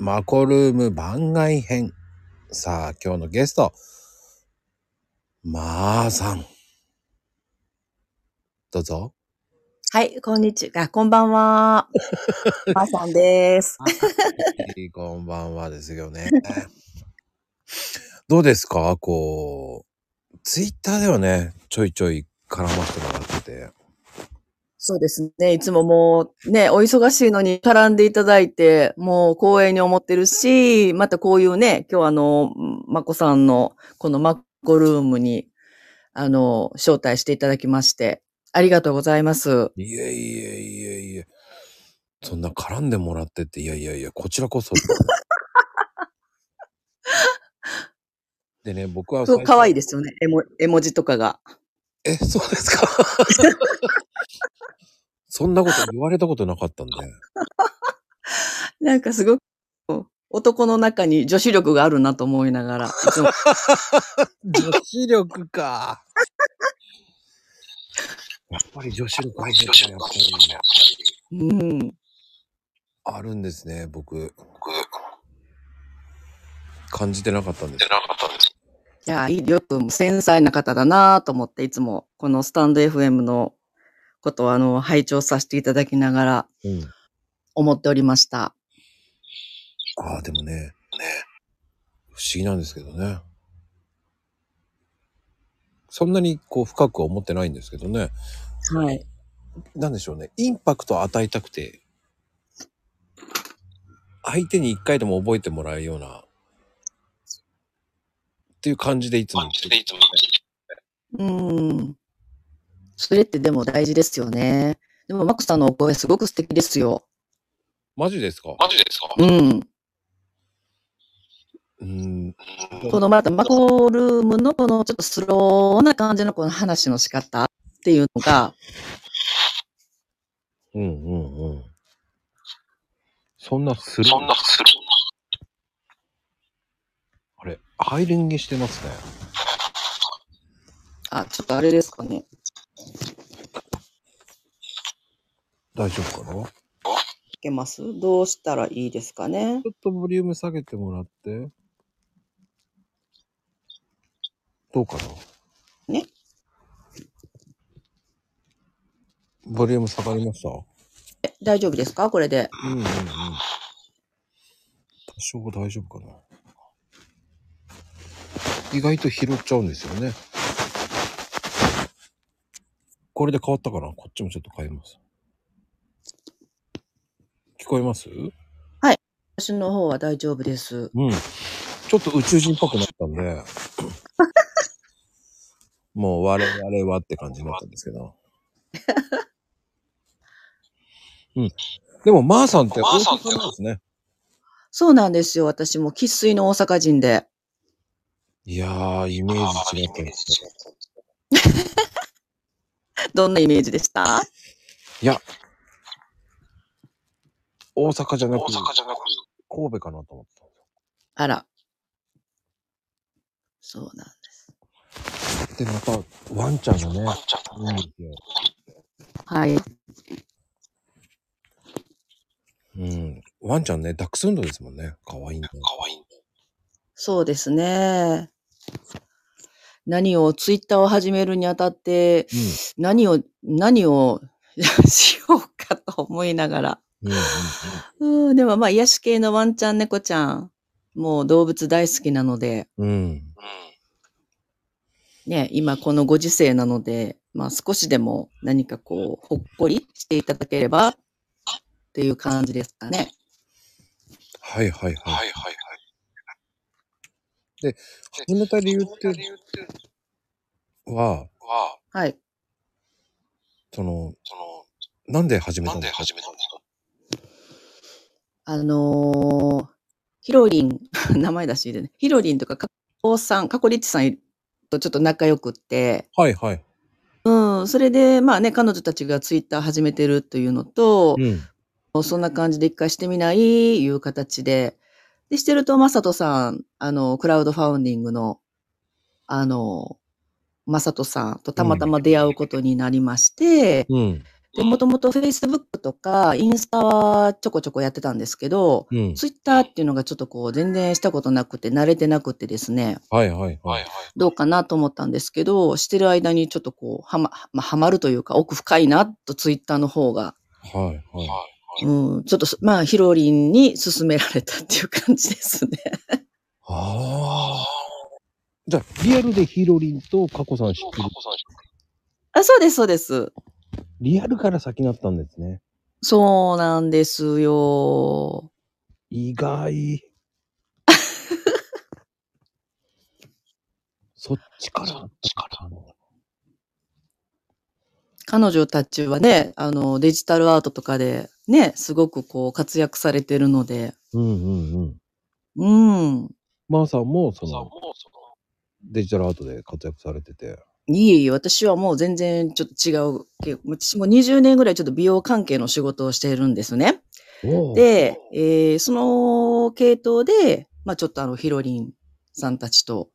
マコルーム番外編。さあ、今日のゲスト、まーさん。どうぞ。はい、こんにちは。あこんばん は。まーさんです。こんばんはですよね。どうですかこう、ツイッターではね、ちょいちょい絡ませてもらってて。そうですね。いつももうね、お忙しいのに絡んでいただいて、もう光栄に思ってるし、またこういうね、今日あの、まこさんのこのマッコルームに、あの、招待していただきまして、ありがとうございます。いえいえいえいえ。そんな絡んでもらってって、いやいやいや、こちらこ そ。でね、僕はすごく可愛いでですよね。絵文絵文字とかが。え、そうですか そんなこと言われたことなかったんで。なんかすごく、男の中に女子力があるなと思いながら、いつ も女子力か。やっぱり女子力あるんですねやっぱりうん。あるんですね、僕。感じてなかったんです。いや、いいよく繊細な方だなと思って、いつもこのスタンド FM のことをあの、拝聴させていただきながらうん。思っておりました。ああ、でもね、ね、不思議なんですけどね。そんなにこう深くは思ってないんですけどね。はい。なんでしょうね、インパクトを与えたくて、相手に一回でも覚えてもらうような、っていう感じでいつも言ってる。うん。それってでも大事ですよね。でも、マックさんのお声すごく素敵ですよ。マジですかうん。うん。このまたマコルームのこのちょっとスローな感じのこの話の仕方っていうのが、うんうんうん。そんなするあれ、ハイレンゲしてますね。あ、ちょっとあれですかね。大丈夫かなちいけますどうしたらいいですかね。ょっとボリューム下げてもらって。どうかなねボリューム下がりましたえ大丈夫ですかこれで。うんうんうん。多少大丈夫かな。意外と拾っちゃうんですよね。これで変わったかなこっちもちょっと変えます。聞こえますう私の方は大丈夫です。ん。ちょっと宇宙人っぽくなったん で。もう我々はって感じになったんですけど。うん。でも、まーさんって大阪なんですね。そうなんですよ。私も生粋の大阪人で。いやー、イメージ違ったんですよ。どんなイメージでした大阪じゃなく、神戸かなと思ってたんであら。そうなんです。すよ。で、また、ワンちゃんがね、いいんですよ。はい。うん。ワンちゃんね、ダックスフンドですもんね。かわいいんだよ。そうですね。何を、ツイッターを始めるにあたって、何を、何を しようかと思いながら。うん。うん、うんうん、でもまあ、癒し系のワンちゃん、猫ちゃん、もう動物大好きなので、うん。うん。ね、今このご時世なので、まあ少しでも何かこう、ほっこりしていただければっていう感じですかね。はいはいはい。始めた理由っては、はい。その、なんで始めたんですかあのーヒロリン、 名前出していいでね。ヒロリンとか加工さん、加工リッチさんとちょっと仲良くって、はいはい。うん、それでまあね、彼女たちがツイッター始めてるというのと、うん。そんな感じで一回してみないいう形で。で、してると、まさとさん、あの、クラウドファウンディングの、あの、まさとさんとたまたま出会うことになりまして、うん。で、もともと Facebook とかインスタはちょこちょこやってたんですけど、うん。 Twitter っていうのがちょっとこう全然したことなくて慣れてなくてですね、はいはいはい。どうかなと思ったんですけど、してる間にちょっとこう、はま、まあはまるというか奥深いなと Twitter の方が、はいはい。うん、ちょっとそまあヒロリンに勧められたっていう感じですね。ああ。じゃあ、リアルでヒロリンとカコさん知ってる。あ、そうです、そうです。リアルから先になったんですね。そうなんですよ。意 外。そっちから。そっちから。彼女たちはね、あの、デジタルアートとかでね、すごくこう活躍されてるので、うんうんうん。うん。マーさんも、その、デジタルアートで活躍されてて。いえいえ、私はもう全然ちょっと違うけど。私も20年ぐらいちょっと美容関係の仕事をしているんですね。おー、で、えーその系統で、まあちょっとあのヒロリンさんたちと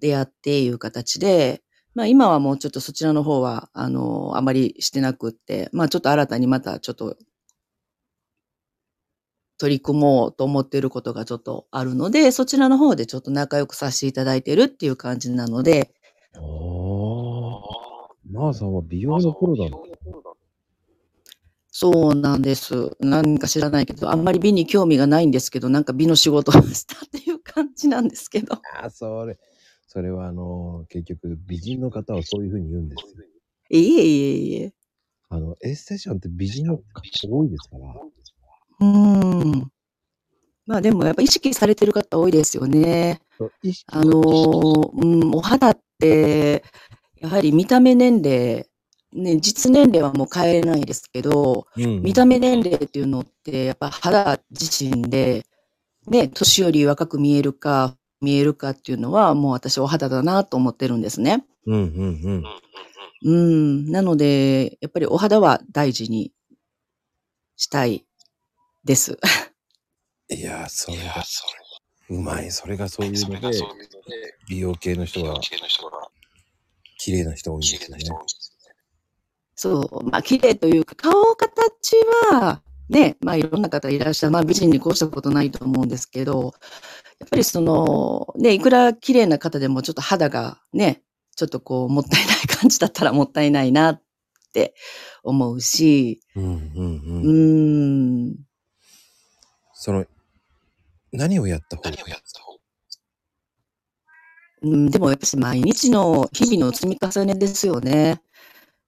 出会っていう形で、まあ今はもうちょっとそちらの方は、あの、あまりしてなくって、まあちょっと新たにまたちょっと取り組もうと思っていることがちょっとあるので、そちらの方でちょっと仲良くさせていただいてるっていう感じなので、おー。マーさんは美容の頃だの。そうなんです。なんか知らないけど、あんまり美に興味がないんですけど、なんか美の仕事をしたっていう感じなんですけど。ああ、それ。それはあのー結局、美人の方はそういうふうに言うんですよ。いえいえいえ。あの、エステティシャンって美人の方多いですから。うーん。まあでもやっぱ意識されてる方多いですよね。そう意識あのーうん、お肌って、やはり見た目年齢、ね、実年齢はもう変えれないですけど、うん見た目年齢っていうのって、やっぱ肌自身で、ね、年より若く見えるか、見えるかっていうのは、もう私お肌だなと思ってるんですね。うんうんうん。うん。なので、やっぱりお肌は大事にしたいです。いやー、それが、うまい。それがそういうので、美容系の人が、綺麗な人多いんですよね。そう、まあ、綺麗というか、顔形は、ね、まあ、いろんな方いらっしゃる。まあ、美人にこうしたことないと思うんですけど、やっぱりその、ね、いくら綺麗な方でも、ちょっと肌がね、ちょっとこう、もったいない感じだったらもったいないなって思うし、うんうんううん。ーん、その、何をやった方がうん、でもやっぱり毎日の日々の積み重ねですよね。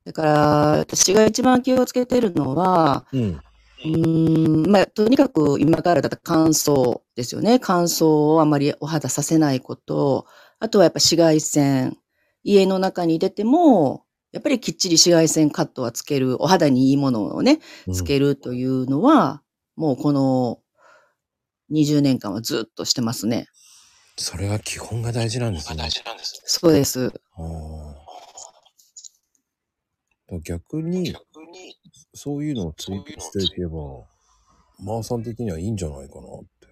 だから、私が一番気をつけてるのは、うん。うーん、まあ、とにかく今からだったら乾燥ですよね。乾燥をあまりお肌させないこと。あとはやっぱ紫外線。家の中に出ても、やっぱりきっちり紫外線カットはつける、お肌にいいものをね、つけるというのは、もうこの20年間はずっとしてますね。それが基本が大事なんですね。そうです。あー逆に、そういうのを追求していけば、マーさん的にはいいんじゃないかなって。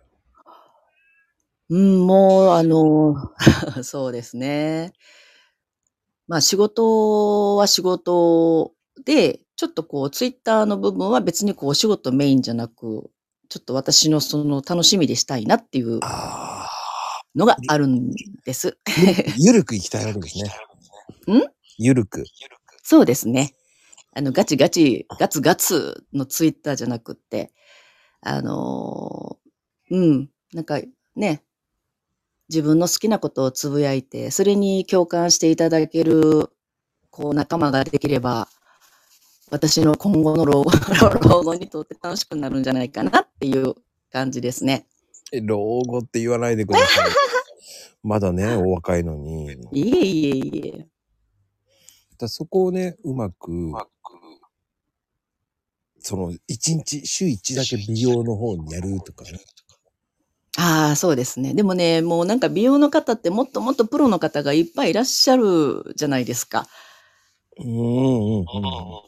うん、もう、あの、 そうですね。まあ仕事は仕事で、ちょっとこうツイッターの部分は別にこうお仕事メインじゃなく、ちょっと私のその楽しみでしたいなっていう ああ。のがあるんです。ゆるくいきたいわけですね。んゆるく。そうですね。あの、ガチガチ、ガツガツのツイッターじゃなくって、あのーうん、なんかね、自分の好きなことをつぶやいて、それに共感していただける、こう、仲間ができれば、私の今後の老後老後にとって楽しくなるんじゃないかなっていう感じですね。え老後って言わないでくださ い。まだね、お若いのに。いえいえいえ。だそこをね、うまく、その、一日、週一だけ美容の方にやるとかね。ああ、そうですね。でもね、もうなんか美容の方ってもっともっとプロの方がいっぱいいらっしゃるじゃないですか。うんうん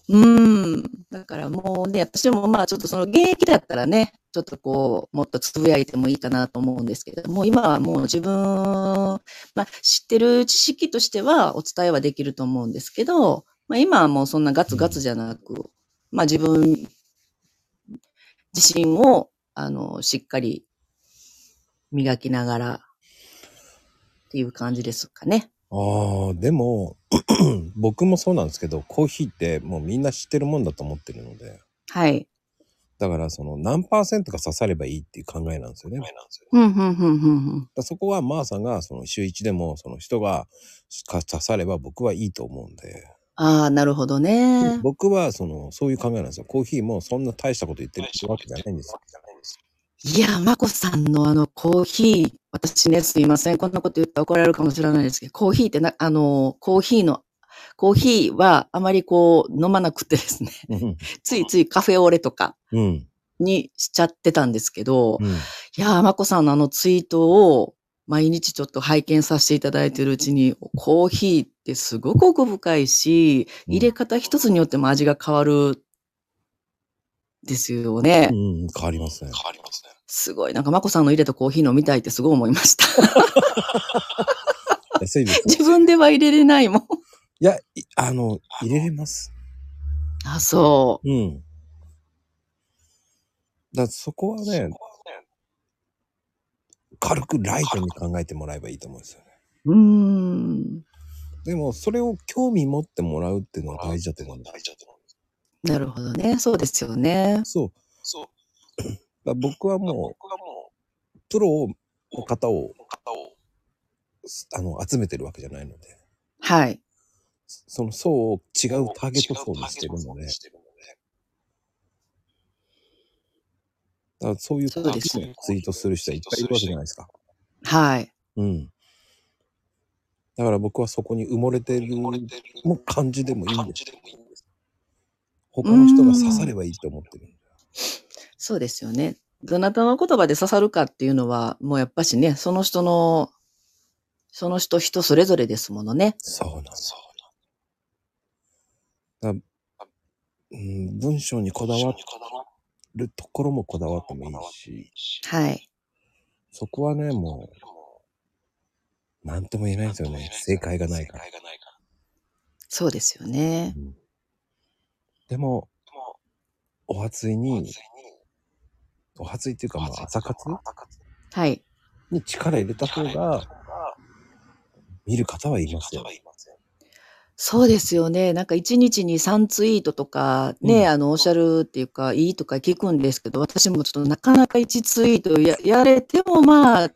うん。うん。だからもうね、私もまあちょっとその現役だったらね、ちょっとこう、もっとつぶやいてもいいかなと思うんですけど、もう今はもう自分、まあ知ってる知識としてはお伝えはできると思うんですけど、まあ、今はもうそんなガツガツじゃなく、まあ自分自身を、あの、しっかり磨きながらっていう感じですかね。ああ、でも、 僕もそうなんですけど、コーヒーってもうみんな知ってるもんだと思ってるので、はい。だからその何パーセントが刺さればいいっていう考えなんですよね。うん、うん、うん、うんだからそこはまーさんがその週1でもその人がか刺されば僕はいいと思うんで、うん。ああ、なるほどね。僕はそのそういう考えなんですよ。コーヒーもそんな大したこと言ってるわけじゃないんですよ。いや、まこさんのあのコーヒー、私ね、すいません。こんなこと言ったら怒られるかもしれないですけど、コーヒーってな、あの、コーヒーの、コーヒーはあまりこう飲まなくてですね、 うんついついカフェオレとかうん。にしちゃってたんですけど、うん。いやー、まこさんのあのツイートを毎日ちょっと拝見させていただいているうちに、コーヒーってすごく奥深いし、うん入れ方一つによっても味が変わるですよね。うん、変わりますね。わりますね。すごい。なんか、まこさんの入れたコーヒー飲みたいってすごい思いました。安いですね。自分では入れれないもん。いや、いあの、入れれます。あ、そうん。だからそこはね、軽くライトに考えてもらえばいいと思うんですよね。う。うーん。でも、それを興味持ってもらうっていうのが大事だと思うんだ。なるほどね。そうですよね。そう。そう。だから僕はも僕はもう、プロの方を、う、方を、あの、集めてるわけじゃないので、はい。その層を違うターゲット層にしてるので、だからそういうそコうーでヒすーのツイートする人はいっぱいいるわけじゃないですか。はい。うん。だから僕はそこに埋もれてるも感じでもいいんです。他の人が刺さればいいと思ってる。そうですよね。どなたの言葉で刺さるかっていうのは、もうやっぱしね、その人の、その人人それぞれですものね。そうなんです。だからうん、文章にこだわるところもこだわってもいいし、はい。そこはね、もう、なんとも言えないですよね。正解がないから。そうですよね。でも、お初いに、お初いっていうか、まあ、朝活はい。に力入れた方が、見る方はいますよ。そうですよね。なんか一日に3ツイートとかうね、んあの、おっしゃるっていうか、いいとか聞くんですけど、私もちょっとなかなか1ツイートややれてもまあ、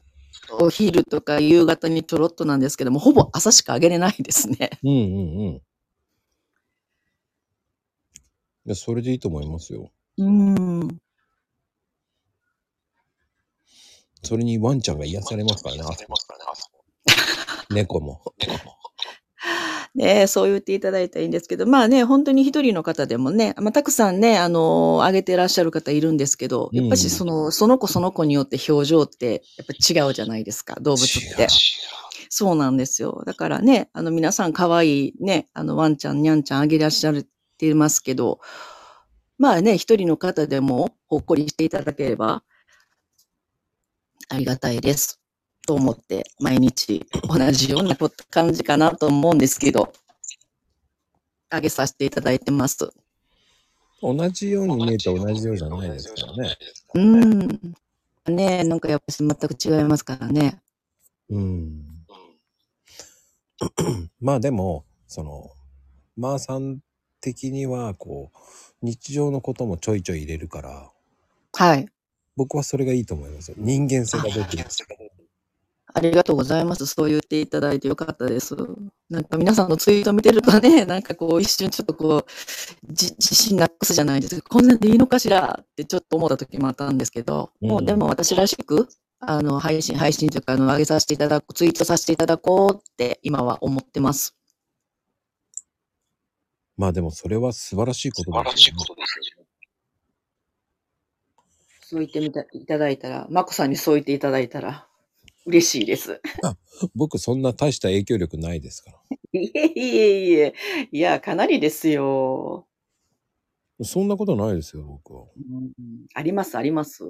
お昼とか夕方にちょろっとなんですけども、ほぼ朝しかあげれないですね。うんうんうん。いや、それでいいと思いますよ。うん。それにワンちゃんが癒されますからね、朝猫も。 ねえ、そう言っていただいたらいいんですけど、まあね、本当に一人の方でもね、まあ、たくさんね、あのー、上げてらっしゃる方いるんですけど、うんやっぱしその、その子その子によって表情って、やっぱ違うじゃないですか、動物って。そうなんですよ。だからね、あの、皆さん可愛いね、あの、ワンちゃん、ニャンちゃんあげてらっしゃってますけど、まあね、一人の方でもほっこりしていただければ、ありがたいです。と思って、毎日同じようなこと感じかなと思うんですけど、あげさせていただいてます。同じように見えて同じようじゃないですからね。う。ん。ねなんかやっぱし全く違いますからね。うん。まあでも、その、まあさん的には、こう、日常のこともちょいちょい入れるから、はい。僕はそれがいいと思いますよ。人間性が出てる。ありがとうございます。そう言っていただいてよかったです。なんか皆さんのツイート見てるとね、 なんかこう一瞬ちょっとこう、じ自信なくすじゃないですか。こんなんでいいのかしらってちょっと思った時もあったんですけど、もううんでも私らしく、あの、配信、配信というか、あの、上げさせていただく、ツイートさせていただこうって今は思ってます。まあでもそれは素晴らしいことだそう言ってみたいただいたら、まこさんにそう言っていただいたら、嬉しいです。 僕そんな大した影響力ないですから。いえいえいえ、いや、かなりですよ。そんなことないですよ、僕は。あります、あります。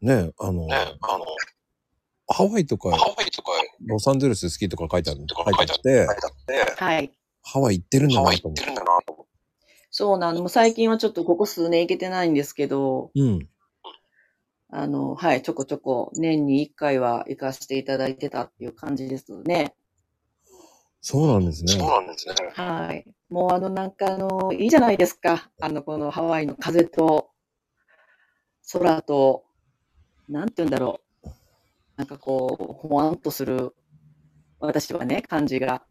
ねえ、あの、ね、あの、ハワイとかハワイとかロサンゼルス好きとか書いてあるとか書いてあっ書いててあって、はい。ハワイ行ってるんだハワなイと行っ思てっるんて。だなと思って。そうなの。もう最近はちょっとここ数年行けてないんですけど、うん。あの、はい、ちょこちょこ年に1回は行かせていただいてたっていう感じですね。そうなんですねそう。なんですね。はい。もうあの、なんかあの、いいじゃないですか。あの、このハワイの風と、空と、なんて言うんだろう。なんかこう、ほわんとする、私はね、感じが。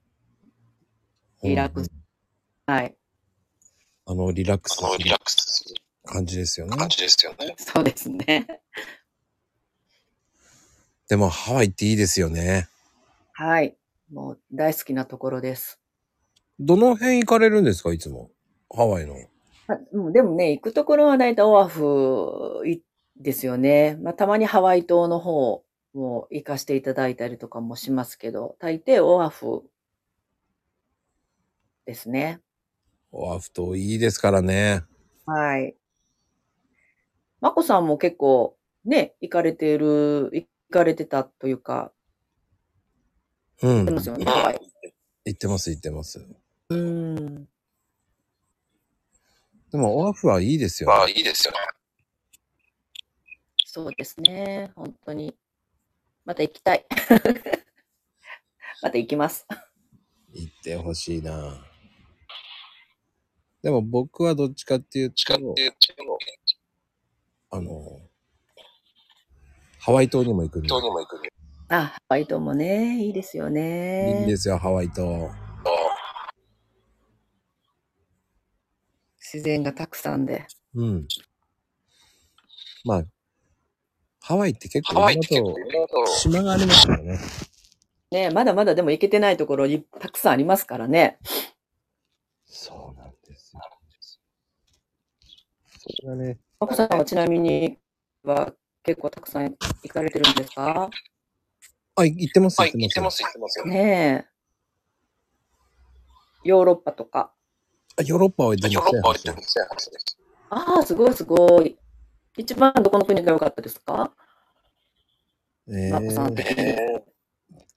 リラックス。はい。あの、リラックスそのリラックスする感じですよね。感じですよね。そうですね。でも、ハワイっていいですよね。はい。もう大好きなところです。どの辺行かれるんですか、いつも。ハワイの。あうんでもね、行くところは大体オアフいですよね。まあ、たまにハワイ島の方も行かせていただいたりとかもしますけど、大抵オアフですね。オアフ島いいですからね。はい。まこさんも結構ね、行かれてる、行かれてたというか、うん。行ってます行よね。ハワイ。ってます、行ってます。うん。でも、オアフはいいですよ、まあね。いいですよね。そうですね。本当に。また行きたい。 また行きます。行ってほしいな。でも、僕はどっちかっていう近ってと、いうと、あの、ハワイ島にも行くんで。どうにも行くね。あ、ハワイ島もね、いいですよいいんね。ですよ、ハワイ島。自然がたくさんで。うん。まあ、ハワイって結ハ構ワいイろってい結ろ構といろいろ島がありますからね。ねまだまだでも行けてないところいたくさんありますからね。そうなんですよ。それがね、マコさんはちなみには結構たくさん行かれてるんですかあ、い行ってます、。はい、行ってますす、行ってますよ。ねえ。ヨーロッパとか。あヨーロッパは全然ヨーロッパは行ってるんですよ。ああ、すごいすごい。一番どこの国が良かったですかえマコさんー的に。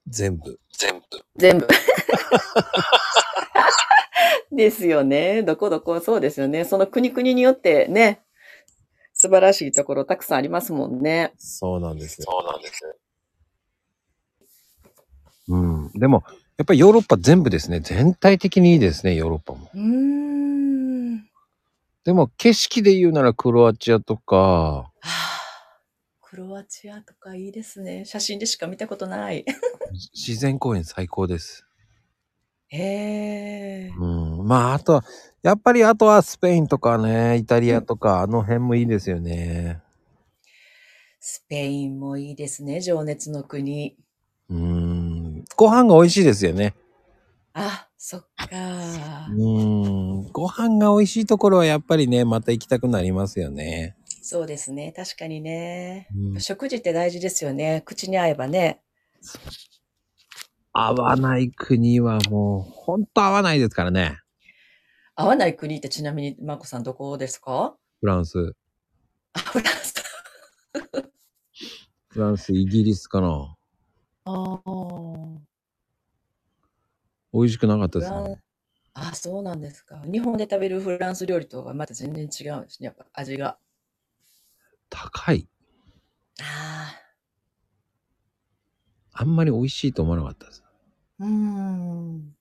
全部。 全部。全部。 ですよね。どこどこ、そうですよね。その国々によってね、素晴らしいところたくさんありますもんね。そうなんですよ。そうなんですよ。うん。でも、やっぱりヨーロッパ全部ですね。全体的にいいですね、ヨーロッパも。うーん。でも、景色で言うならクロアチアとか、はあクロアチアとかいいですね。写真でしか見たことない。自然公園最高です。へえ。うん。まあ、あとは、やっぱりあとはスペインとかね、イタリアとか、あの辺もいいですよね。スペインもいいですね。情熱の国。うん。ご飯が美味しいですよね。あ、そっかう。ん。ご飯が美味しいところはやっぱりね、また行きたくなりますよね。そうですね。確かにね。うん食事って大事ですよね。口に合えばね。合わない国はもう、ほんと合わないですからね。合わない国ってちなみに、まこさんどこですか フランス。あ、フランス。フランス、イギリスかな。あ美味しくなかったフですランね。あ、そうなんですか。日本で食べるフランス料理とはまた全然違うんですね。やっぱ味が。高い。ああ。あんまり美味しいと思わなかったです。うーん。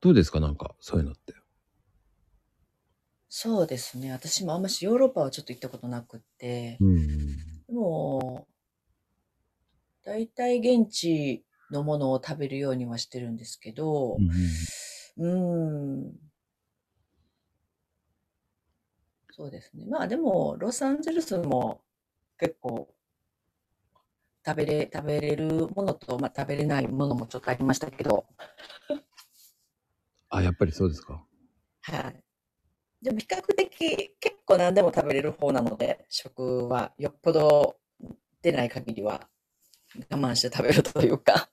どうですかなんか、そういうのって。そうですね。私もあんましヨーロッパはちょっと行ったことなくって、うん。もう、大体現地のものを食べるようにはしてるんですけど、うーん。そうですね。まあでも、ロサンゼルスも結構食べれ、食べれるものと、まあ、食べれないものもちょっとありましたけど、あ、やっぱりそうですか。はい。でも比較的結構何でも食べれる方なので、食はよっぽど出ない限りは我慢して食べるというか、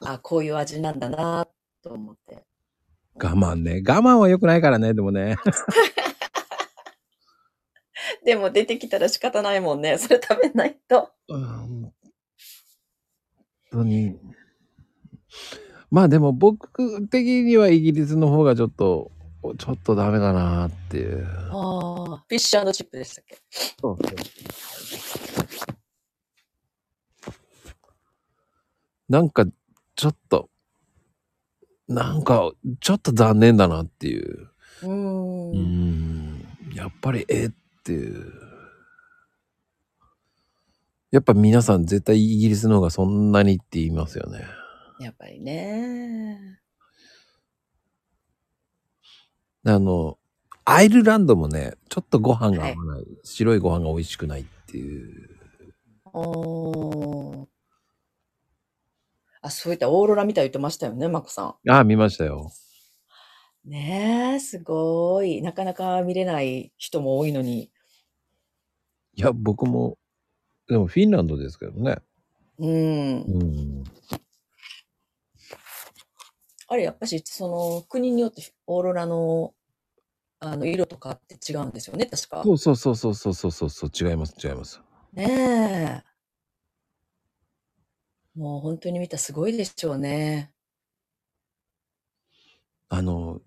あ、こういう味なんだなと思って。我慢ね。我慢は良くないからね、でもね。でも出てきたら仕方ないもん ね。それ食べないと。うん本当に。まあでも僕的にはイギリスの方がちょっと、ちょっとダメだなっていう。ああ、フィッシュチップでしたっけそうそう。なんか、ちょっと、なんか、ちょっと残念だなっていう。うー。うんん。やっぱり、えっていう。やっぱ皆さん絶対イギリスの方がそんなにって言いますよね。やっぱりね。あの、アイルランドもね、ちょっとご飯が合わない。白いご飯が美味しくないっていう。おーあ、そういったオーロラみたい言ってましたよね、マコさああ、見ましたよ。ん。ねえ、すごい。なかなか見れない人も多いのに。いや、僕も、でもフィンランドですけどね。うん。うん。あれ、やっぱし、その、国によってオーロラの、あの、色とかって違うんですよね、確か。そうそうそうそうそうそうそうそう、違います、違います。ねえ。もう本当に見たらすごいでしょうね。あの、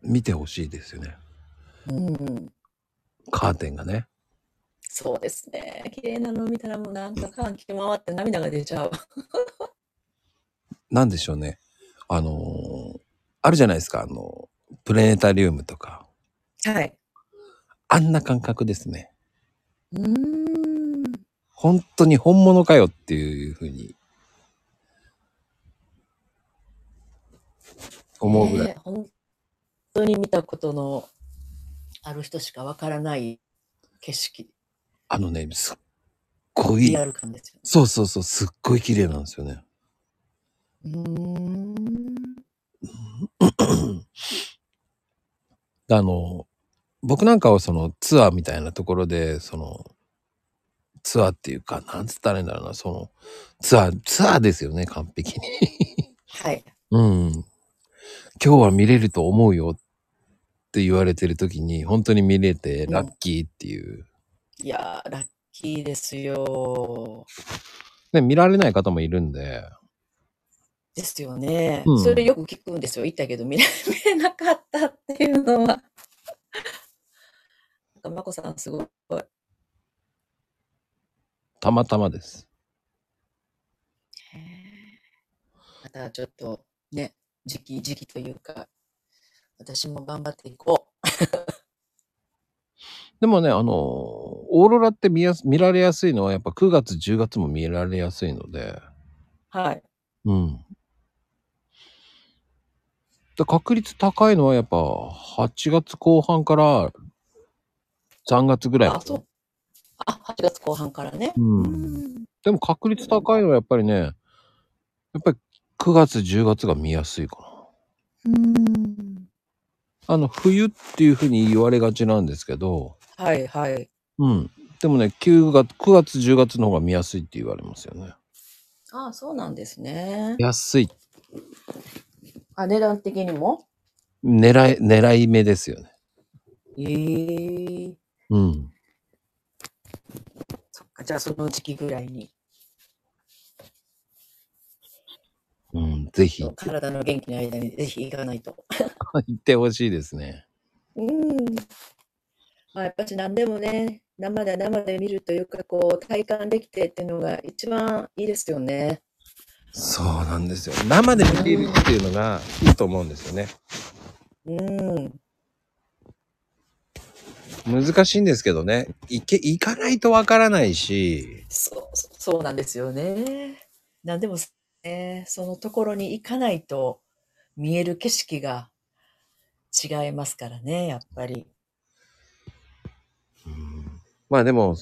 見てほしいですよね。うん。カーテンがね。そうですね。綺麗なの見たらもうなんか感極まって涙が出ちゃう。なんでしょうね。あのーあるじゃないですか、あの、プレネタリウムとか。はい。あんな感覚ですね。うーん。本当に本物かよっていうふうに思うぐらい、ねえ本当に見たことのある人しかわからない景色、あのねすっごいリアル感ですよそうそうそうすっごい綺麗なんですよねね。うーん。 あの僕なんかはそのツアーみたいなところでそのツアーっていうかなんつったらいいんだろうなそのツアーツアーですよね完璧にはい。うん今日は見れると思うよって言われてる時に本当に見れてラッキーっていう、いやー、ラッキーですよ。ね、見られない方もいるんで、ですよね。うんそれよく聞くんですよ。行ったけど見れ 見れなかったっていうのは。 なんか、まこさんすごい。たまたまです。またちょっとね、時期時期というか、私も頑張っていこう。でもね、あのー、オーロラって見やす見られやすいのは、やっぱ9月、10月も見られやすいので、はい。うん。で確率高いのは、やっぱ8月後半から3月ぐらいまで。あ、そう。あ、8月後半からね。う。うんん。でも確率高いのは、やっぱりね、やっぱり9月、10月が見やすいかな。うんあの、冬っていうふうに言われがちなんですけど、はいはい。うん。でもね、9月、9月、10月の方が見やすいって言われますよね。あそうなんですね。安い。あ、値段的にも狙い、狙い目ですよね。ええうん。そっか、じゃあその時期ぐらいに、うん、ぜ ひ、行体の元気の間にぜひ行かないと。ってほしいですね。うん。 まあ、やっぱり何でもね、生で生で見るというか、こう、体感できてっていうのが一番いいですよね。そうなんですよ。生で見れるっていうのがいいと思うんですよね。うん。難しいんですけどね。行け、行かないとわからないし、そう、そうそうなんですよね。何でも、ね、そのところに行かないと見える景色が違いますからね、やっぱり。うんまあでも、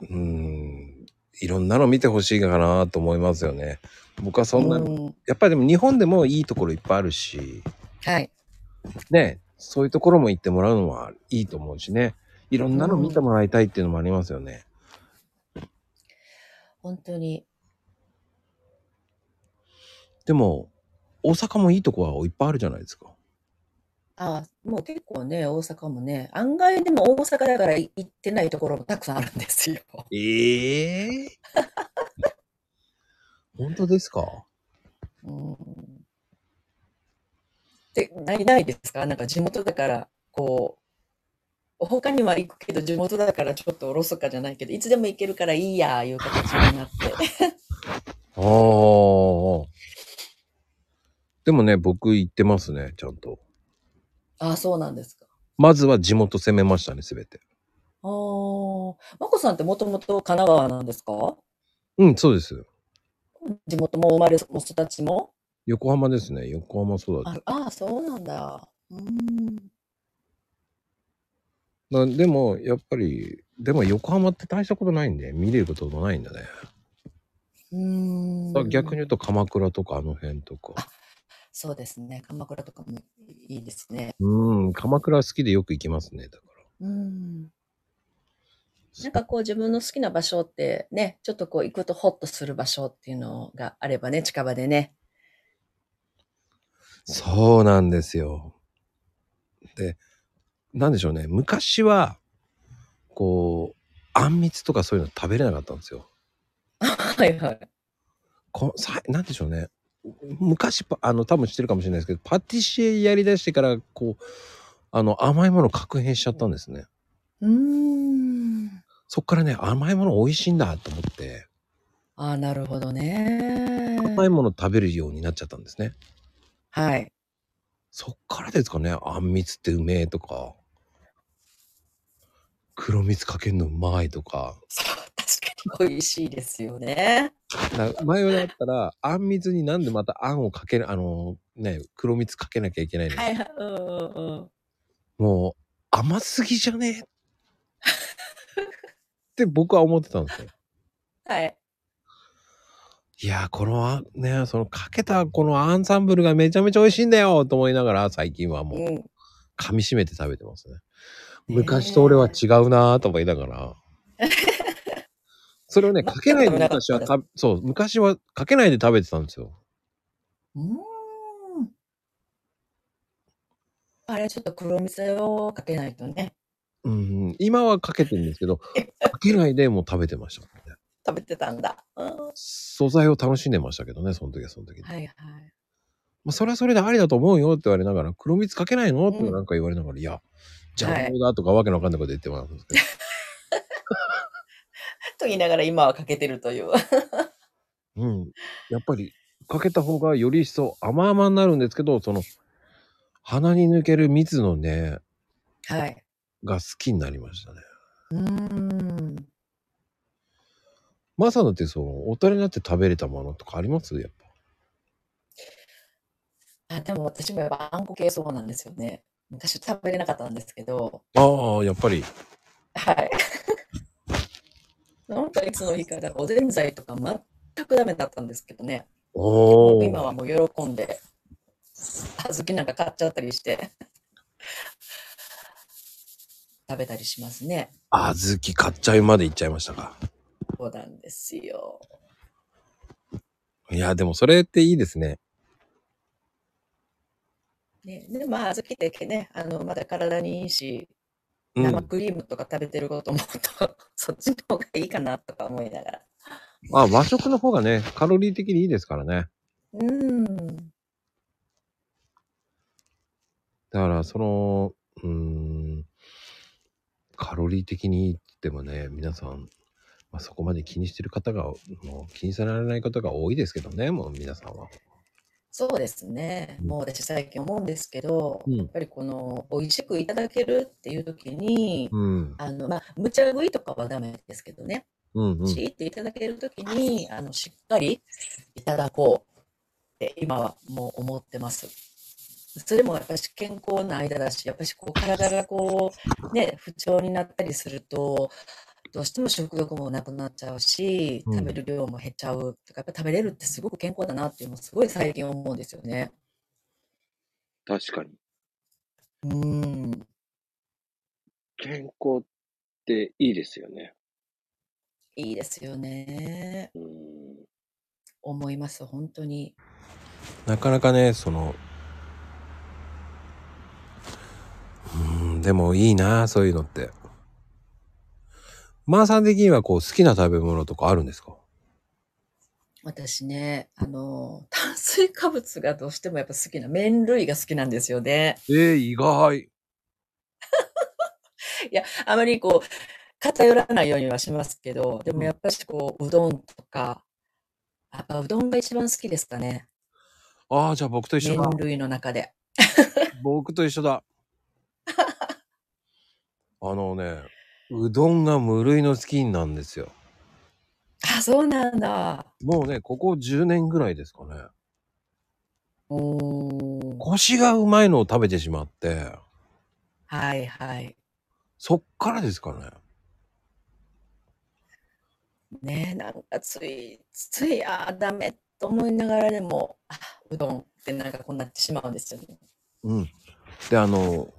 うん、いろんなの見てほしいかなと思いますよね。僕はそんな、うんやっぱりでも日本でもいいところいっぱいあるし、はい。ね、そういうところも行ってもらうのはいいと思うしね。いろんなの見てもらいたいっていうのもありますよね。本当に。でも、大阪もいいとこはいっぱいあるじゃないですか。あもう結構ね、大阪もね、案外でも大阪だからい行ってないところもたくさんあるんですよ。 ええ本当ですか うんでないないですかなんか地元だから、こう、他には行くけど、地元だからちょっとおろそかじゃないけど、いつでも行けるからいいや、いう形になって。ああ。でもね、僕行ってますね、ちゃんと。 ああ、そうなんですか。まずは地元攻めましたね、すべて。ああ、まこさんってもともと神奈川なんですかうん、そうです。地元も生まれも育ちも横浜ですね。横浜育ああー、そうなんだ。うーん。ち。なでも、やっぱり、でも横浜って大したことないんで、見れることもないんだね。うーん逆に言うと鎌倉とかあの辺とか。そうですね。鎌倉とかもいいですね。うん、鎌倉好きでよく行きますね、だから。うん。なんかこう自分の好きな場所ってね、ちょっとこう行くとホッとする場所っていうのがあればね、近場でね。 そうなんですよ。で、なんでしょうね。昔は、こう、あんみつとかそういうの食べれなかったんですよ。はいはい。こさなんでしょうね。昔パ、あの、多分知ってるかもしれないですけど、パティシエやりだしてから、こう、あの、甘いもの確変しちゃったんですね。うん。そっからね、甘いもの美味しいんだと思って、ああ、なるほどね。甘いもの食べるようになっちゃったんですね。はい。そっからですかね、あんみつってうめえとか、黒蜜かけんのうまいとか、そう、確かに美味しいですよね。な前はだったら、あんみつになんでまたあんをかける、あのね、黒蜜かけなきゃいけないの、はいはい。うんうんうん。もう甘すぎじゃねえって僕は思ってたんですよ。はい。いやー、このあ、ね、そのかけたこのアンサンブルがめちゃめちゃ美味しいんだよと思いながら、最近はもううん。噛み締めて食べてますね。へー昔と俺は違うなぁと思いなが ら。それをね、かけないで昔はた、そう、昔はかけないで食べてたんですよ。うーん。あれ、ちょっと黒蜜をかけないとね。うん、今はかけてるんですけ ど、かけないでもう食べてました、ね。食べてたんだ。うん。は素材を楽しんでましたけどね、その時はその時で。いはい。まあ、それはそれでありだと思うよって言われながら、黒蜜かけないのってうんなんか言われながら、いや、じゃはがいいもだとかわけのわかんないこと言ってもらうんですけど、 と言いながら今はかけてるという。 うん。やっぱり、かけた方がより一層甘々になるんですけど、その、鼻に抜ける蜜のね、はい。が好きになりましたね。うーん。マサのってその、大人になって食べれたものとかありますやっぱ。あ、でも私もやっぱあんこ系そうなんですよね。昔食べれなかったんですけど。ああ、やっぱり。はい。なんかいつの日か、だからおぜんざいとか全くダメだったんですけどね。お今お。はもう喜んで、小豆なんか買っちゃったりして、 食べたりしますね。小豆買っちゃうまで行っちゃいましたか。そうなんですよ。いや、でもそれっていいですね。ね、でもまあ小豆ってね、あの、まだ体にいいし、う生ん。クリームとか食べてることも、と そっちの方がいいかなとか思いながら。あ、和食の方がね、カロリー的にいいですからね。うん。だから、その、うーん、カロリー的にいいって言ってもね、皆さん、まあ、そこまで気にしてる方が、もう気にされられない方が多いですけどね、もう皆さんは。そうですね。もう私最近思うんですけど、うんやっぱりこの、美味しくいただけるっていう時に、うん。あの、まあ、無茶食いとかはダメですけどね。うんうん。しいっていただけるときに、あの、しっかりいただこうって今はもう思ってます。それもやっぱし健康な間だし、やっぱしこう体がこう、ね、不調になったりすると、どうしても食欲もなくなっちゃうし、うん食べる量も減っちゃうとか、やっぱ食べれるってすごく健康だなっていうのをすごい最近思うんですよね。確かに。うん。健康っていいですよね。いいですよね。うん。思います、本当に。なかなかね、その、うーん、でもいいな、そういうのって。マーさん的にはこう、好きな食べ物とかあるんですかあ私ね、あの、炭水化物がどうしてもやっぱ好きな、麺類が好きなんですよね。えー、意外。いや、あまりこう、偏らないようにはしますけど、でもやっぱしこう、うどんとか、やっぱうどんが一番好きですかね。ああ、じゃあ僕と一緒だ麺。類の中で。僕と一緒だ。 あのね、うどんが無類の好きなんですよ。あ、そうなんだ。もうね、ここ10年ぐらいですかね。おー。腰がうまいのを食べてしまって、はいはい。そっからですかね。ねえ、なんかつい、つい、ああ、ダメと思いながらでも、あうどんってなんかこうなってしまうんですよね。うん。で、あの、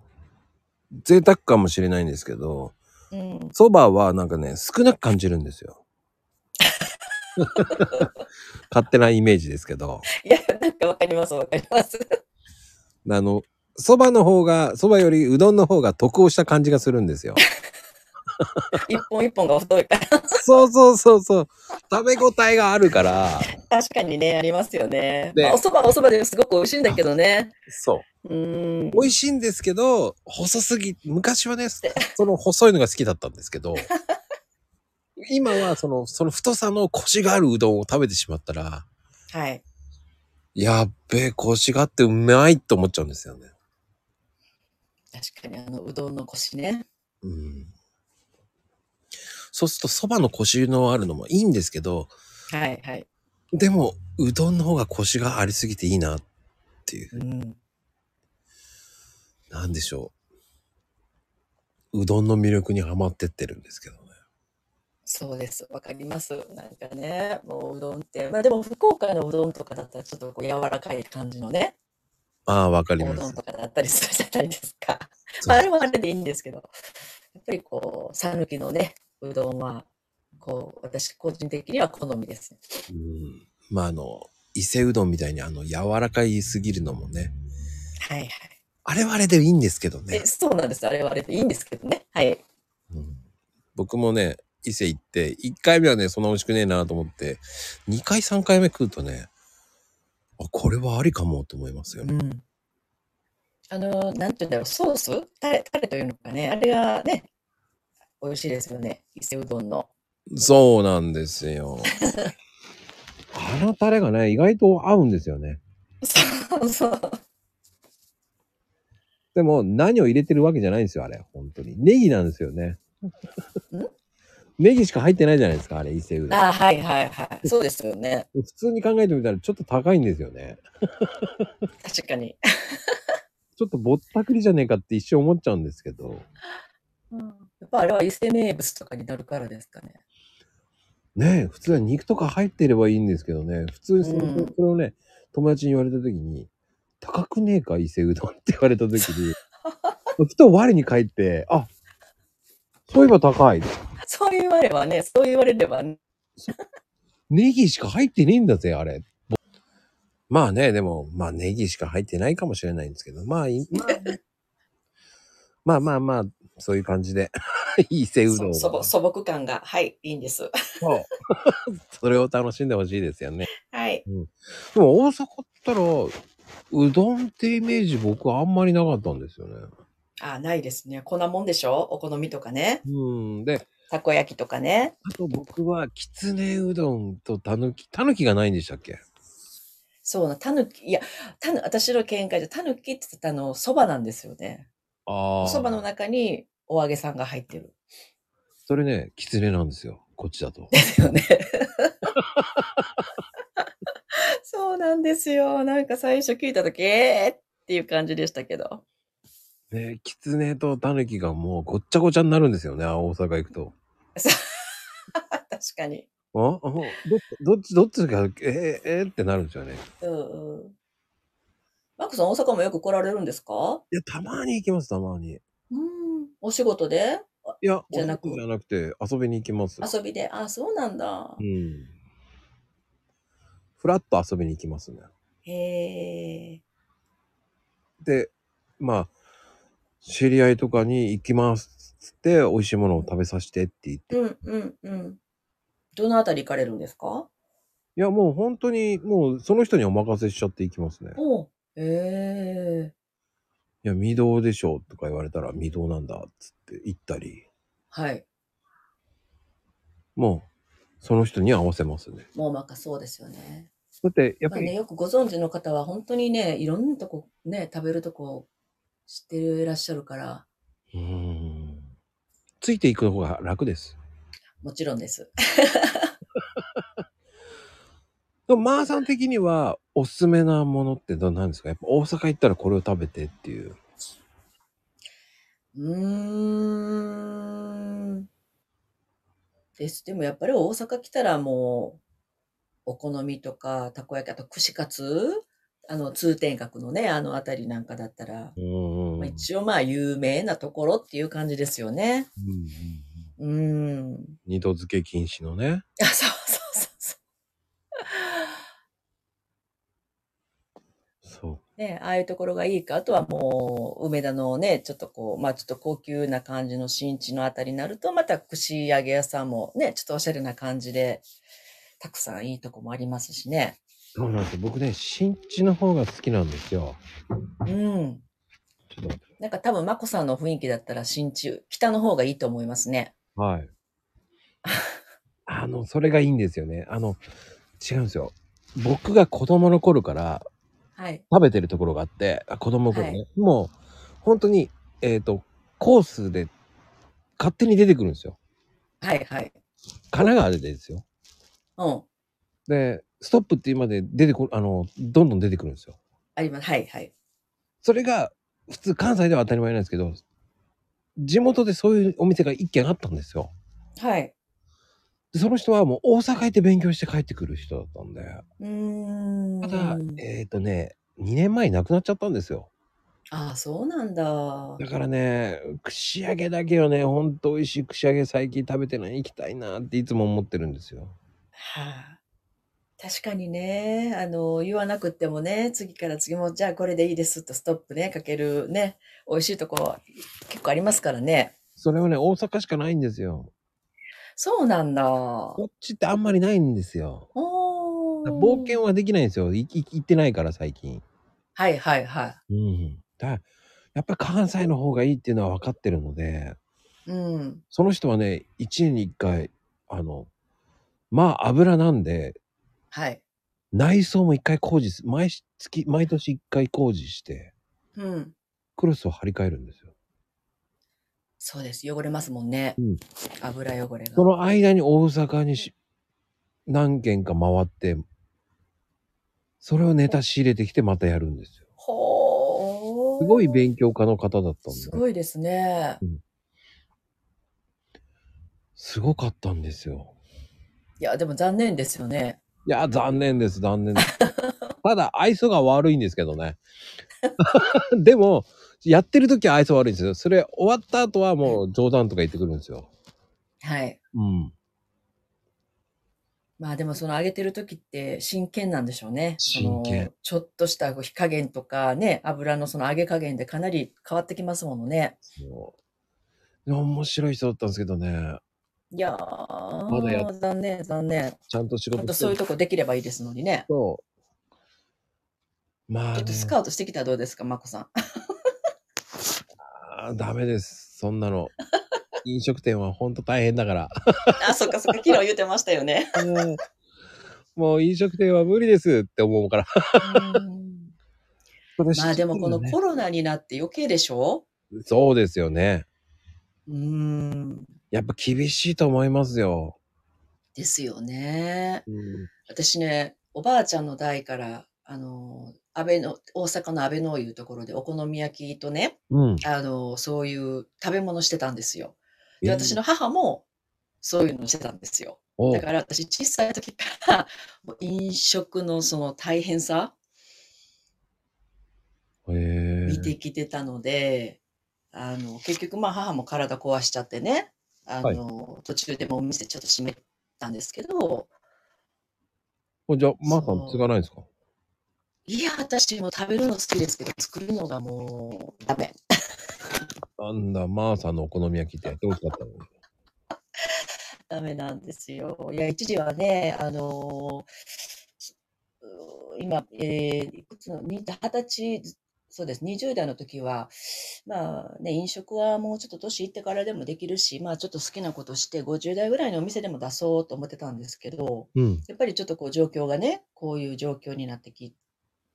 贅沢かもしれないんですけど、うん。蕎麦はなんかね、少なく感じるんです よ。勝手なイメージですけど。いや、なんかわかります、わかります。 あの、蕎麦の方が、蕎麦よりうどんの方が得をした感じがするんですよ。一本一本が太いから。そうそうそうそう。食べ応えがあるから。確かにね、ありますよね。ねまあお蕎麦はお蕎麦ですごく美味しいんだけどね。そうーん。美味しいんですけど、細すぎ、昔はね、その細いのが好きだったんですけ ど、今はその、その太さのコシがあるうどんを食べてしまったら、はい。やっべえ、コシがあってうまいと思っちゃうんですよね。確かに、あの、うどんのコシね。うん。そうすると、蕎麦のコシのあるのもいいんですけど、はい、はい。でも、うどんの方がコシがありすぎていいなっていう。うん。なんでしょう。うどんの魅力にはまってってるんですけどね。そうです。わかります。なんかね、もううどんって。まあでも、福岡のうどんとかだったら、ちょっとこう柔らかい感じのね、ああ、わかりおうまどんす。とかだったりするじゃないですか。 そうまあ、あれはあれでいいんですけど、やっぱりこう、讃岐のね、うどんは、こう、私個人的には好みですね。うん、まあ、あの、伊勢うどんみたいにあの、柔らかいすぎるのもね、はいはい。あれはあれでいいんですけどえね。そうなんです。あれはあれでいいんですけどね。はい。うん、僕もね、伊勢行って、1回目はね、そんな美味しくねえなと思って、2回3回目食うとね、あ、これはありかもと思いますよね。ん。あの、なんて言うんだろう、ソースタレ、タレというのかね、あれがね、美味しいですよね。伊勢うどんの。そうなんです よ。あのタレがね、意外と合うんですよね。そうそう。でも何を入れてるわけじゃないんですよ、あれ。本当に。ネギなんですよね。ネギしか入ってないじゃないですか、あれ、伊勢うどん。あ、はいはいはい。そうですよね。普通に考えてみたらちょっと高いんですよね。確かに。ちょっとぼったくりじゃねえかって一瞬思っちゃうんですけど。やっぱあれは伊勢名物とかになるからですかね。ねえ、普通は肉とか入ってればいいんですけどね。普通にそ,、うんそれをね、友達に言われた時に、高くねえか、伊勢うどんって言われた時 に、ふと我に返って、あ、そういえば高い。そう言わればね、そう言われればね、ネギしか入ってねえんだぜ、あれ。まあね、でも、まあネギしか入ってないかもしれないんですけど、まあいい、まあ、まあまあまあ、そういう感じで、 伊勢うどんそは素朴素朴感が、はい、いいんです。そうそれを楽しんでほしいですよね。はい。でも大阪ったら、うどんってイメージ僕はあんまりなかったんですよね。あ、ないですね。こんなもんでしょお好みとかね。うん。で、たこ焼きとかね。あと僕は、きつねうどんとたぬき、たぬきがないんでしたっけそうな、たぬき、いや、たぬ、私の見解じゃ、たぬきって言ったらあの、そばなんですよね。あおあ。そばの中にお揚げさんが入ってる。それね、きつねなんですよ。こっちだと。です よね。そうなんですよ。なんか最初聞いたとき、えーっていう感じでしたけど。ね、キツネとタヌキがもうごっちゃごちゃになるんですよね、大阪行くと。そう確かに。ああどどっち、どっちが、えー、えーってなるんですよね。うんうん。マックさん、大阪もよく来られるんですかいや、たまに行きます、たまに。うん。お仕事でいや、じゃなくお仕事じゃなくて、遊びに行きます。遊びであ、そうなんだう。ん。ふらっと遊びに行きますね。へえ。で、まあ、知り合いとかに行きますっつって、美味しいものを食べさせてって言って、うんうんうん。どのあたり行かれるんですかいや、もう本当に、もうその人にお任せしちゃっていきますね。おうええいや、未動でしょうとか言われたら未動なんだっつって言ったり、はい。もうその人に合わせますね。もうまかそうですよね。だって、やっまぱありね、よくご存知の方は本当にね、いろんなとこね、食べるとこ知ってらっしゃるから、うーんついていく方が楽です。もちろんです。でも、まーさん的には、おすすめなものってど何ですかやっぱ大阪行ったらこれを食べてっていう。うーん。です。でもやっぱり大阪来たらもう、お好みとか、たこ焼き、あと串カツあの、通天閣のね、あのあたりなんかだったら、まあ、うん一応まあ有名なところっていう感じですよね。うーん。二度漬け禁止のね。あ、そうそうそうそ。そうね、ああいうところがいいか、あとはもう、梅田のね、ちょっとこう、まあちょっと高級な感じの新地のあたりになると、また串揚げ屋さんもね、ちょっとおしゃれな感じで、たくさんいいとこもありますしね。う。そうなんですよ僕ね、新地の方が好きなんですよ。うん。ちょっと待って。なんか多分、まこさんの雰囲気だったら新地、北の方がいいと思いますね。 はい。あの、それがいいんですよね。あの、違うんですよ。僕が子供の頃からはい。食べてるところがあって、あ子供の頃ね、はもう、本当に、えっ、と、コースで勝手に出てくるんですよ。はいはい。神奈川でですよ。うん。で、ストップって今まで出てこ、あの、どんどん出てくるんですよ。あります。はいはい。それが、普通関西では当たり前なんですけど、地元でそういうお店が一軒あったんですよ。はい。で、その人はもう大阪行って勉強して帰ってくる人だったんで。うーん。ただ、えっ、とね、2年前に亡くなっちゃったんですよ。ああ、そうなんだ。だからね、串揚げだけはね、ほんと美味しい串揚げ最近食べてない、行きたいなっていつも思ってるんですよ。はあ、確かにね、あの、言わなくってもね、次から次も、じゃあこれでいいですとストップね、かけるね、美味しいとこ結構ありますからね。それはね、大阪しかないんですよ。そうなんだ。おこっちってあんまりないんですよ。おー。冒険はできないんですよ。いい行ってないから最近。はいはいはうん。だからやっぱり関西の方がいいっていうのは分かってるので、い。うん。その人はね、1年に1回、あの、まあ油なんで、はい。内装も1回工事す、毎月、毎年1回工事して、うん。クロスを張り替えるんですよ。そうです。汚れますもんね。うん油汚れが。その間に大阪にし何軒か回って、それをネタ仕入れてきてまたやるんですよ。ほー。すごい勉強家の方だったんすで、ごいですね。すごかったんですよ。いや、でも残念ですよね。いや、残念です、残念です。 ただ、愛想が悪いんですけどね。 でも、やってる時は愛想悪いんですよ。それ終わった後はもう冗談とか言ってくるんですよ。はい。うん。まあでもその上げてる時って真剣なんでしょうね。その真剣ちょっとしたこう火加減とかね、油のその揚げ加減でかなり変わってきますものね。そう。で面白い人だったんですけどね。いやー、まだや残念、残念。ちゃんと仕ほん事としてそうるいうとこできればいいですのにね。と、まあ、ちょねっとスカウトしてきたらどうですか、まこさん。 あー、ダメです。そんな の。飲食店はほんと大変だから。あ、そっかそっか、昨日言ってましたよね。もう もう飲食店は無理ですって思うから。うん まあでもこのねコロナになって余計でしょそうですよね。うーん、やっぱ厳しいと思いますよ。ですよね。うん、私ね、おばあちゃんの代から、あの、安倍の、大阪の安倍のいうところでお好み焼きとね、うん、あの、そういう食べ物してたんですよ。えで、私の母もそういうのしてたんですよ。おだから私小さい時からもう飲食のその大変さへえ見てきてたので、あの、結局まあ母も体壊しちゃってね、あの、途中でもうお店ちょっと閉めたんですけど、おじゃあ、まーさそんう継がないんですかいや、私も食べるの好きですけど、作るのがもうダメ。 なんだ、まーさんのお好み焼きってやってほしかったのに。ダメなんですよ。いや、一時はね、あのーうー今、えーいくつの、に二十歳、そうです、20代の時は、まあね、飲食はもうちょっと年いってからでもできるし、まあちょっと好きなことして、50代ぐらいのお店でも出そうと思ってたんですけど、うん。やっぱりちょっとこう状況がね、こういう状況になってき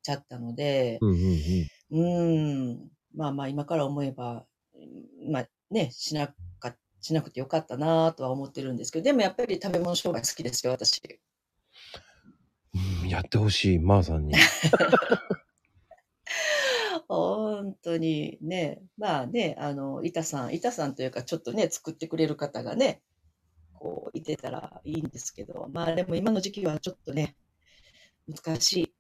ちゃったので、うんうんうん。うーん、まあまあ今から思えば、うんまあね、しなか、しなくてよかったなとは思ってるんですけど、でもやっぱり食べ物商売好きですよ、私。うんやってほしい、まー、さ んに。本当にね、まあね、あの、板さん、板さんというかちょっとね、作ってくれる方がね、こう、いてたらいいんですけど、まあでも今の時期はちょっとね、難し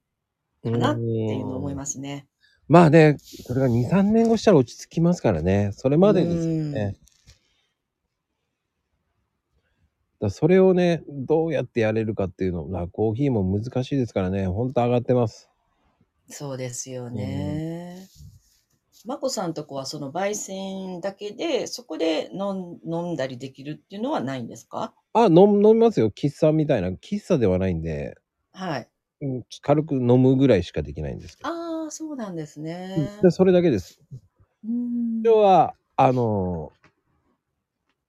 いかなっていうのを思いますね。まあね、それが2、3年後したら落ち着きますからね。それまでですよね。うんだからそれをね、どうやってやれるかっていうの、まあコーヒーも難しいですからね、ほんと上がってます。そうですよね。眞子さんとこはその焙煎だけで、そこで飲ん飲んだりできるっていうのはないんですかあ、飲み飲みますよ。喫茶みたいな。喫茶ではないんで、はい。うん軽く飲むぐらいしかできないんですけど。ああ、そうなんですね。でそれだけです。うん今日は、あの、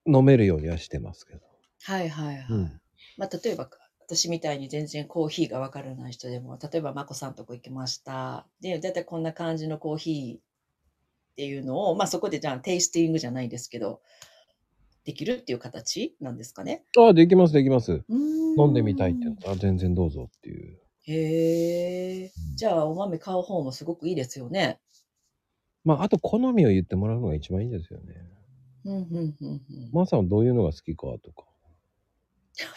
飲めるようにはしてますけど。はいはいはい。うんまあ、例えば、私みたいに全然コーヒーがわからない人でも、例えば、眞子さんとこ行きました。で、だいたいこんな感じのコーヒーっていうのを、まあ、そこでじゃあ、テイスティングじゃないですけど、できるっていう形なんですかね。あ、できます、できます。飲飲んでみたいっていうのあ、全然どうぞっていう。へえ。じゃあ、お豆買う方もすごくいいですよね。まあ、あと好みを言ってもらうのが一番いいんですよね。うん、うん、うん。うん まーさんはどういうのが好きかとか。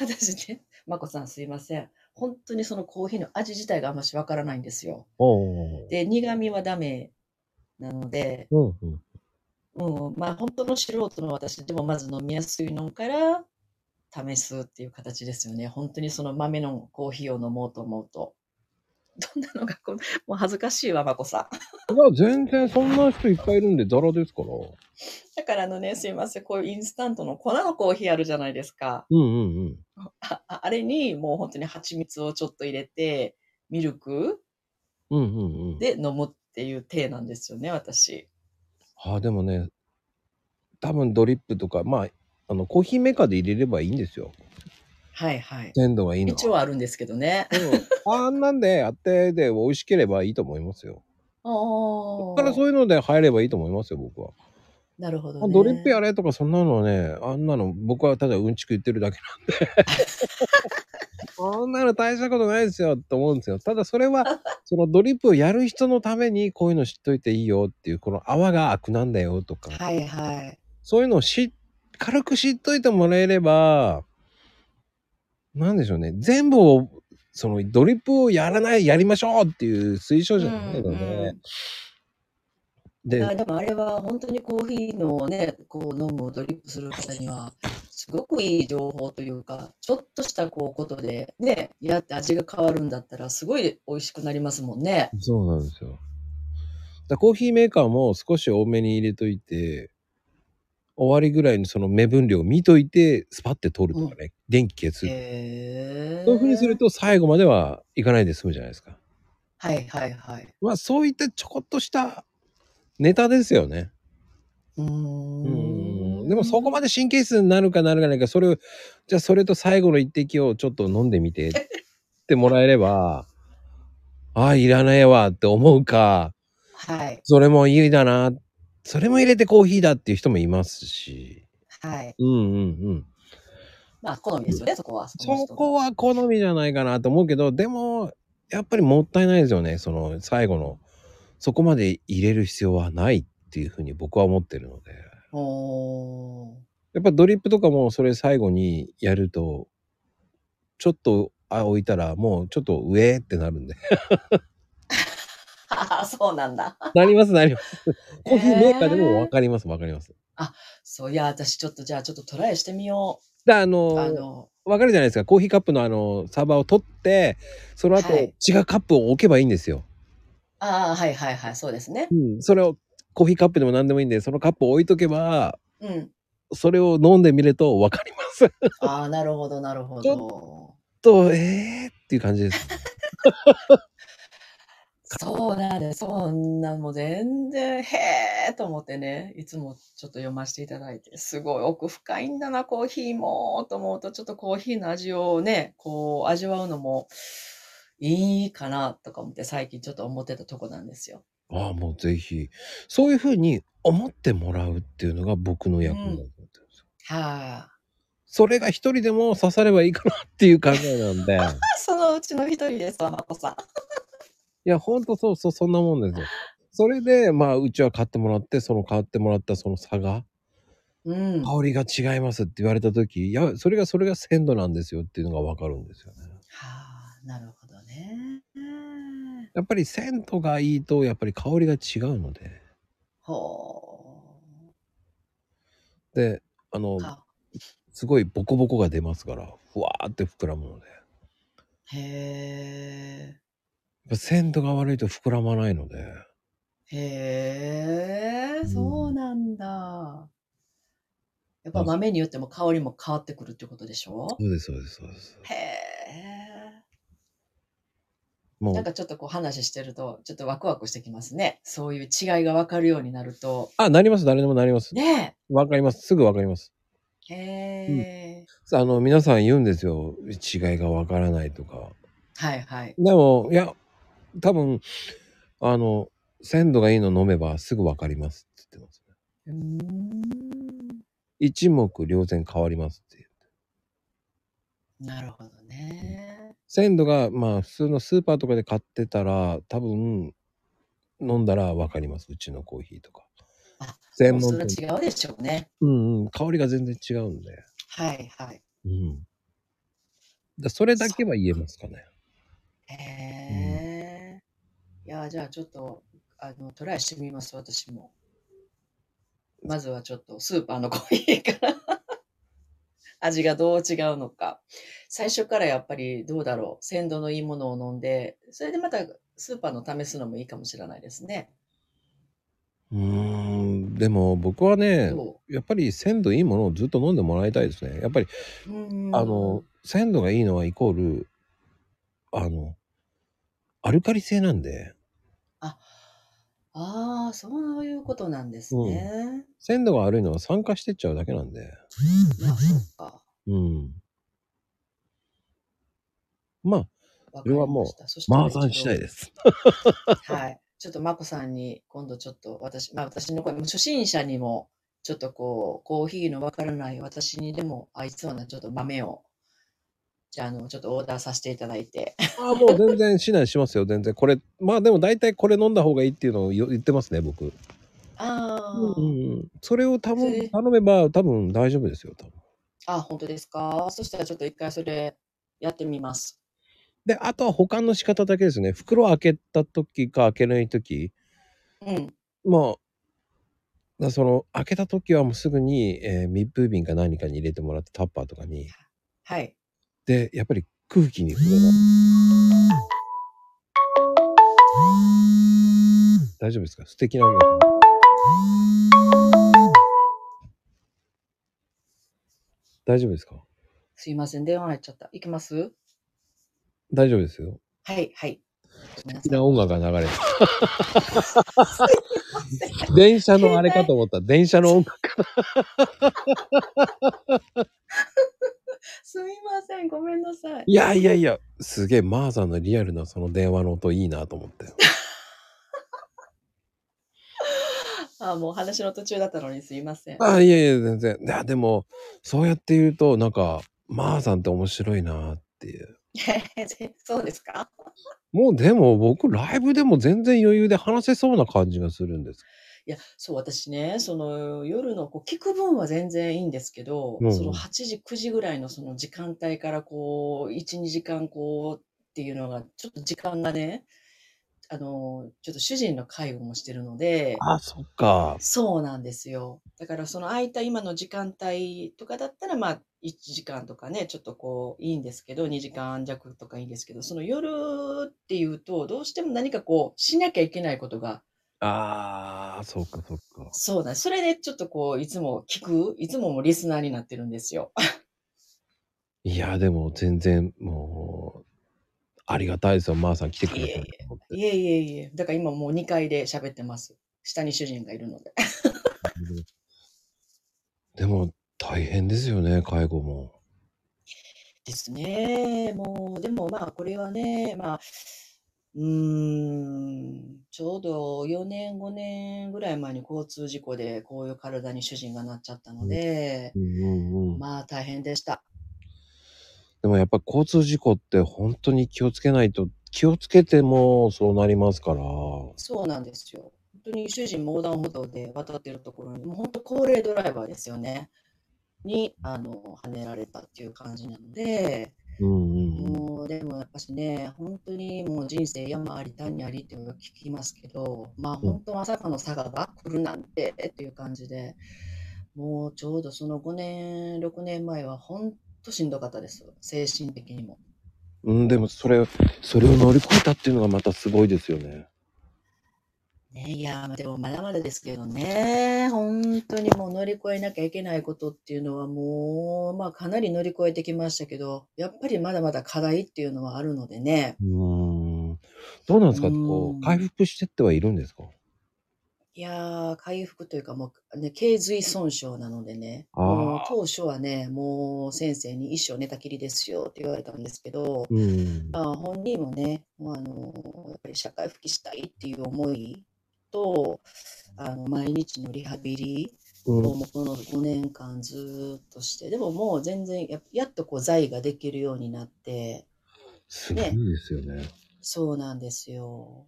私ね、まこさんすいません。本当にそのコーヒーの味自体があんましわからないんですよ。おうで、苦味はダメなので、おううんうん。うん、まあ本当の素人の私でもまず飲みやすいのから試すっていう形ですよね。本当にその豆のコーヒーを飲もうと思うと。どんなのがこの、もう恥ずかしいわ、まこさん。 いや、全然そんな人いっぱいいるんで、ザラですから。うだからあのね、すいません、こういうインスタントの粉のコーヒーあるじゃないですか。んうんうん。あああれにもう本当に蜂蜜をちょっと入れて、ミルクうんうんうん。で飲むっていう体なんですよね、私。あ、でもね、多分ドリップとか、まあ、あの、コーヒーメーカーで入れればいいんですよ。はいはい。鮮度がいいの一は。応あるんですけどね。うんあんなんで、やってで、美味しければいいと思いますよ。 おだからそういうので入ればいいと思いますよ、僕は。なるほど、あね。ドリップやれとかそんなのはねあんなの僕はただうんちく言ってるだけなんで あんなの大したことないですよと思うんですよただそれ はそのドリップをやる人のためにこういうの知っといていいよっていうこの泡が悪なんだよとか、はいはい。そういうのをし軽く知っといてもらえればなんでしょうね全部をそのドリップをやらないやりましょうっていう推奨じゃないので、うんうんであでもあれは本当にコーヒーのね、こう飲むドリップする方には、すごくいい情報というか、ちょっとしたこうことで、ね、やって味が変わるんだったら、すごい美味しくなりますもんね。そうなんですよ。だからコーヒーメーカーも少し多めに入れといて、終わりぐらいにその目分量見といて、スパって取るとかね、電気消す。へえ。そういうふうにすると最後まではいかないで済むじゃないですか。はいはいはい。まあそういったちょこっとしたネタですよね。うーうん。ん。でもそこまで神経質になるかなるかないか、それを、じゃあそれと最後の一滴をちょっと飲んでみてってもらえれば、ああ、いらないわって思うか、はいそれもいいだな。それも入れてコーヒーだっていう人もいますし。はい。うんうんうん。まあ好みですよね、そこは。そのそ人のこは好みじゃないかなと思うけど、でも、やっぱりもったいないですよね。その最後の、そこまで入れる必要はないっていうふうに僕は思ってるので。おーやっぱドリップとかもそれ最後にやると、ちょっとあ置いたらもうちょっと上ってな るんで。あーそうなんだ。なりますなります。コーヒーメーカーでもわかりますわかります。そういや、私ちょっとじゃあちょっとトライしてみよであう。のあの、わかるじゃないですか。コーヒーカップのあの、サーバーを取って、その後、はい違うカップを置けばいいんですよ。ああ、はいはいはい、そうですね。それを、コーヒーカップでも何でもいいんで、そのカップを置いとけば、うん。それを飲んでみるとわかります。 ああ、なるほど、なるほちど。と、えーっていう感じです。 そうなんです。そんな、もう全然、へえと思ってね、いつもちょっと読ませていただいて、すごい奥深いんだな、コーヒーも、と思うと、ちょっとコーヒーの味をね、こう、味わうのもいいかな、とか思って、最近ちょっと思ってたとこなんですよ。ああ、もうぜひ。そういうふうに思ってもらうっていうのが僕の役目だと思ってるんですよ。はそれが一人でも刺さればいいかなっていう考えなん で。あ。そのうちの一人ですわ、まこさん。いや、ほんとそうそう、そんなもんですよ。それで、まあ、うちは買ってもらって、その買ってもらったその差が、うん。香りが違いますって言われた時、いや、それが、それが鮮度なんですよっていうのがわかるんですよね。はあ、なるほどね。やっぱり鮮度がいいと、やっぱり香りが違うので。ほで、あのう。、あすごいボコボコが出ますから、ふわーって膨らむので。やっへぱ鮮度が悪いと膨らまないので。え。へえ、んそうなんだ。やっぱ豆によっても香りも変わってくるってことでしょそうです、そうです、そうです。へえ。もなんう、かちょっとこう話してると、ちょっとワクワクしてきますね。そういう違いがわかるようになると。あ、なります、誰でもなります。ねわかります、すぐわかります。え。へえ。あの皆さん言うんですよ違いがわからないとかはいはい。でもいや多分あの鮮度がいいの飲めばすぐわかりますって言ってますねうーん。一目瞭然変わりますっていうなるほどね。鮮度がまあ普通のスーパーとかで買ってたら多分飲んだらわかりますうちのコーヒーとかあ専もうそ門れは店違うでしょうね。うんうん香りが全然違うんではいはい。うんだそれだけは言えますかねへえ。いや、じゃあちょっと、あの、トライしてみます、私も。まずはちょっとスーパーのコーヒーから 味がどう違うのか。最初からやっぱりどうだろう。鮮度のいいものを飲んで、それでまたスーパーの試すのもいいかもしれないですね。うーんでも僕はねそやっぱり鮮度いいものをずっと飲んでもらいたいですね。やっぱり、う。うんあの、、鮮度がいいのはイコール、あの、アルカリ性なんで、あ、ああ、そういうことなんですね。鮮度が悪いのは酸化してっちゃうだけなんで、まあ、そっか。うん。まあ、われはもうかりました、そしたら麻散次第です。はい。ちょっとまこさんに今度ちょっと私、まあ私の声も初心者にも、ちょっとこう、コーヒーのわからない私にでも合いそうなちょっと豆を、じゃあ、あの、ちょっとオーダーさせていただいて。ああ、もう全然指南しますよ、全然。これ、まあでも大体これ飲んだ方がいいっていうのをよ言ってますね、僕。ああ、うん。それを多へえ分頼めば多分大丈夫ですよ、多分。あ、本当ですか。そしたらちょっと一回それやってみます。で、あとは保管の仕方だけですね。袋を開けた時か開けない時、うん。まあ、だその開けた時はもうすぐに、えー密封瓶か何かに入れてもらってタッパーとかにはい。でやっぱり空気に触れない大丈夫ですか素敵な音楽大丈夫ですかすいません。電話入っちゃった。いきます大丈夫ですよはい、はい。ごめんな素敵さいな音楽が流れて電車のあれかと思った電車の音楽すいません。ごめんなさい。いやいやいや、すげえ、マーさんのリアルなその電話の音いいなと思って。あ、もう話の途中だったのにすいません。あいやいや、全然。いや、でも、そうやって言うと、なんか、マーさんって面白いなっていう。そう ですかもうでも僕、ライブでも全然余裕で話せそうな感じがするんです。いや、そう、私ね、その夜のこう聞く分は全然いいんですけど、うんその8時、9時ぐらいのその時間帯からこう、1、2時間こうっていうのが、ちょっと時間がね、あの、ちょっと主人の介護もしてるので、あ、そっか。そうなんですよ。だからその空いた今の時間帯とかだったら、まあ1時間とかね、ちょっとこういいんですけど、2時間弱とかいいんですけど、その夜っていうと、どうしても何かこうしなきゃいけないことがああ、そうか、そうか。そうだ。それでちょっとこう、いつも聞く、いつももうリスナーになってるんですよ。いや、でも全然、もう、ありがたいですよ、まー、さん来てくれてると思って。 いえいえいえ。だから今もう2階で喋ってます。下に主人がいるので。でも、大変ですよね、介護も。ですね。もう、でもまあ、これはね、まあ、うーん、ちょうど4年、5年ぐらい前に交通事故で、こういう体に主人がなっちゃったので、まあ、大変でした。でもやっぱ交通事故って本当に気をつけないと、気をつけてもそうなりますから。そうなんですよ。本当に主人も横断歩道で渡ってるところに、もう本当高齢ドライバーですよね。に、あの、跳ねられたっていう感じなので、うんうんうん。もうでもやっぱしね、本当にもう人生山あり谷ありっていうのは聞きますけど、まあ本当まさかの佐賀が来るなんてっていう感じで、もうちょうどその5年、6年前は本当しんどかったです。精神的にも。うん、でもそれ、それを乗り越えたっていうのがまたすごいですよね。ね、いやー、でもまだまだですけどね、本当にもう乗り越えなきゃいけないことっていうのはもう、まあかなり乗り越えてきましたけど、やっぱりまだまだ課題っていうのはあるのでね、うん。どうなんですかうこんう、回復してってはいるんですかいやー、回復というかもう、ね、頸髄損傷なのでね、あーもう当初はね、もう先生に一生寝たきりですよって言われたんですけど、うん。まあ、本人もね、もうあのやっぱり社会復帰したいっていう思いと、あの毎日のリハビうリ、んもうこの5年間ずーっとして、でももう全然や、やっとこう財ができるようになって、すごいですよね。そうなんですよ。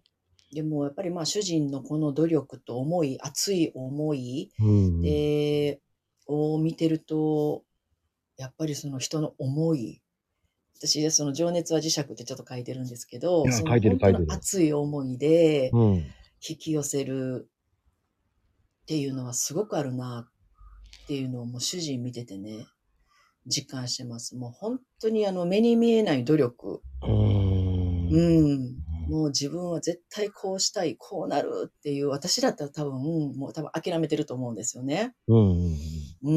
でもやっぱりまあ主人のこの努力と思い、熱い思いうんで、を見てると、やっぱりその人の思い、私、その情熱は磁石ってちょっと書いてるんですけどい、やその書いてる本当書いてのる熱い思いでうん。引き寄せるっていうのはすごくあるなっていうのをもう主人見ててね、実感してます。もう本当にあの目に見えない努力。うん。うん。もう自分は絶対こうしたい、こうなるっていう、私だったら多分、もう多分諦めてると思うんですよね。うん。う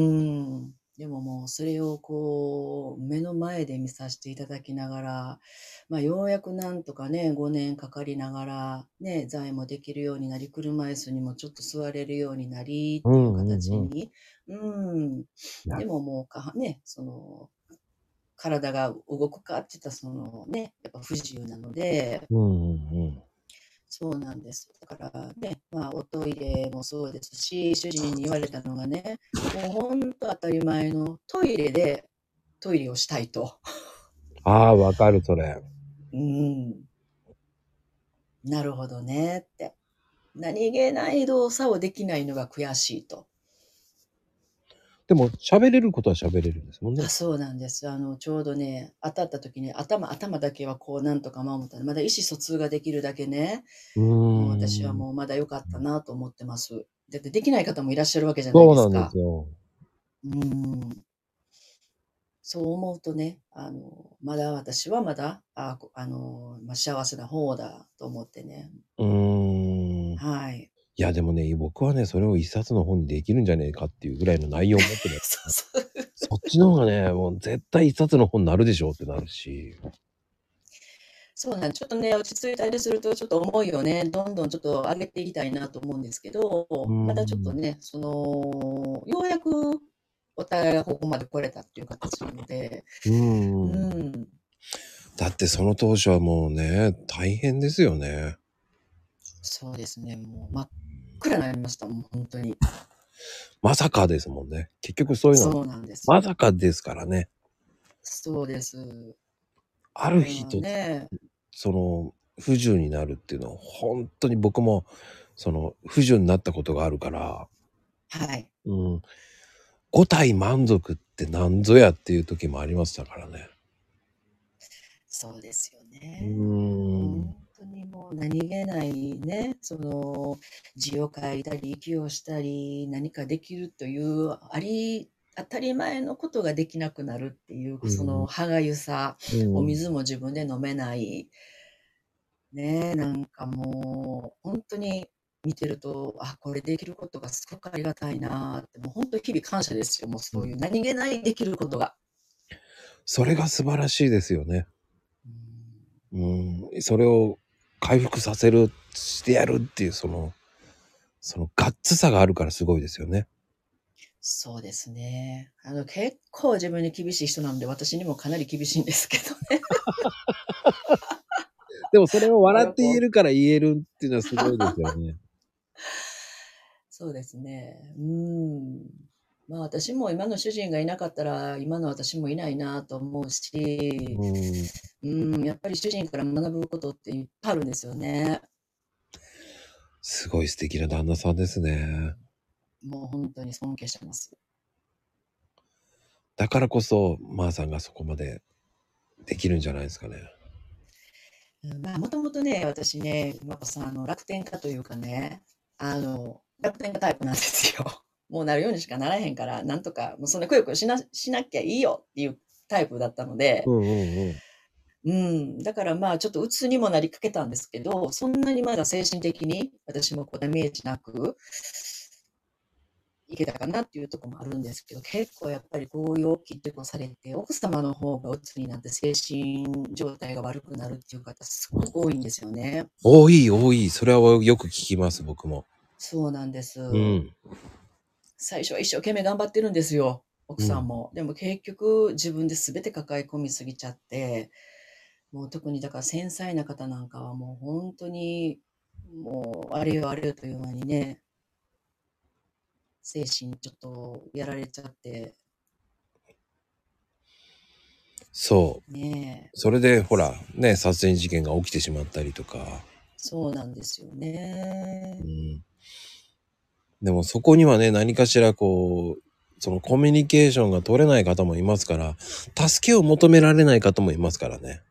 ん。でももうそれをこう、目の前で見させていただきながら、まあようやくなんとかね、5年かかりながら、ね、財もできるようになり、車椅子にもちょっと座れるようになり、っていう形に、うんやでももうか、ね、その、体が動くかって言ったらそのね、やっぱ不自由なので、うん。そうなんです。だからね、まあ、おトイレもそうですし、主人に言われたのがね、もう本当当たり前のトイレでトイレをしたいと。ああ、わかる、それ。うん。なるほどねって。何気ない動作をできないのが悔しいと。でも、喋れることは喋れるんですもんねあ。そうなんです。あの、ちょうどね、当たった時に頭、頭だけはこうなんとか守ったら、まだ意思疎通ができるだけね、うんもう私はもうまだ良かったなと思ってます。だってできない方もいらっしゃるわけじゃないでそうすか。なんですよ。うんそう思うとね、あの、まだ私はまだ、あ、こあの、まあ、幸せな方だと思ってね。うん。いはい。。や、でもね、僕はね、それを一冊の本にできるんじゃねえかっていうぐらいの内容を持ってるそうそう。 そっちの方がね、もう絶対一冊の本になるでしょうってなるし。そうなん、ちょっとね、落ち着いたりすると、ちょっと思いをね、どんどんちょっと上げていきたいなと思うんですけど、んまだちょっとね、その、ようやくお互いがここまで来れたっていう形なので、うんうん。だってその当初はもうね、大変ですよね。そうですね、もう真っ暗になりました、もう本当に。まさかですもんね。結局そういうのは、そうなんです。まさかですからね。そうです。ある日とねその不自由になるっていうのは本当に僕もその不自由になったことがあるから、はい。うん、5体満足って何ぞやっていう時もありましたからね。そうですよね。うん本当にもう何気ないね、その字を書いたり、息をしたり、何かできるという、あり、当たり前のことができなくなるっていうう、んその歯がゆさ、お水も自分で飲めない。ねえ、なんかもう、本当に見てると、あ、これできることがすごくありがたいなって、もう本当日々感謝ですよ。もうそういう何気ないできることが。それが素晴らしいですよね。うん。それを回復させる、してやるっていう、その、そのガッツさがあるからすごいですよね。そうですね。あの、結構自分に厳しい人なので、私にもかなり厳しいんですけどね。 でもそれを笑って言えるから言えるっていうのはすごいですよね。そうですね。うん。まあ私も今の主人がいなかったら、今の私もいないなと思うし、うん。うん、やっぱり主人から学ぶことっていっぱいあるんですよね。すごい素敵な旦那さんですね。もう本当に尊敬してます。だからこそ、まーさんがそこまでできるんじゃないですかね。うんまあ、もともとね、私ね、まこさん、あの、楽天家というかね、あの、楽天家タイプなんですよ。 もうなるようにしかならへんから、なんとか、もうそんなくよくよしな、しなきゃいいよっていうタイプだったので、んうんうん。うん、だからまあ、ちょっと鬱にもなりかけたんですけど、そんなにまだ精神的に私もこうダメージなく、いけたかなっていうところもあるんですけど、結構やっぱり強要を切ってこされて、奥様の方が鬱になって精神状態が悪くなるっていう方、すごく多いんですよね。多い多い。それはよく聞きます、僕も。そうなんです。うん。最初は一生懸命頑張ってるんですよ、奥さんも。でも結局自分で全て抱え込みすぎちゃって、もう特にだから繊細な方なんかはもう本当に、もうあれよあれよという間にね、精神ちょっとやられちゃって、そう。ねえそれでほらね殺人事件が起きてしまったりとか、そうなんですよねう。ん、でもそこにはね何かしらこうそのコミュニケーションが取れない方もいますから助けを求められない方もいますからね、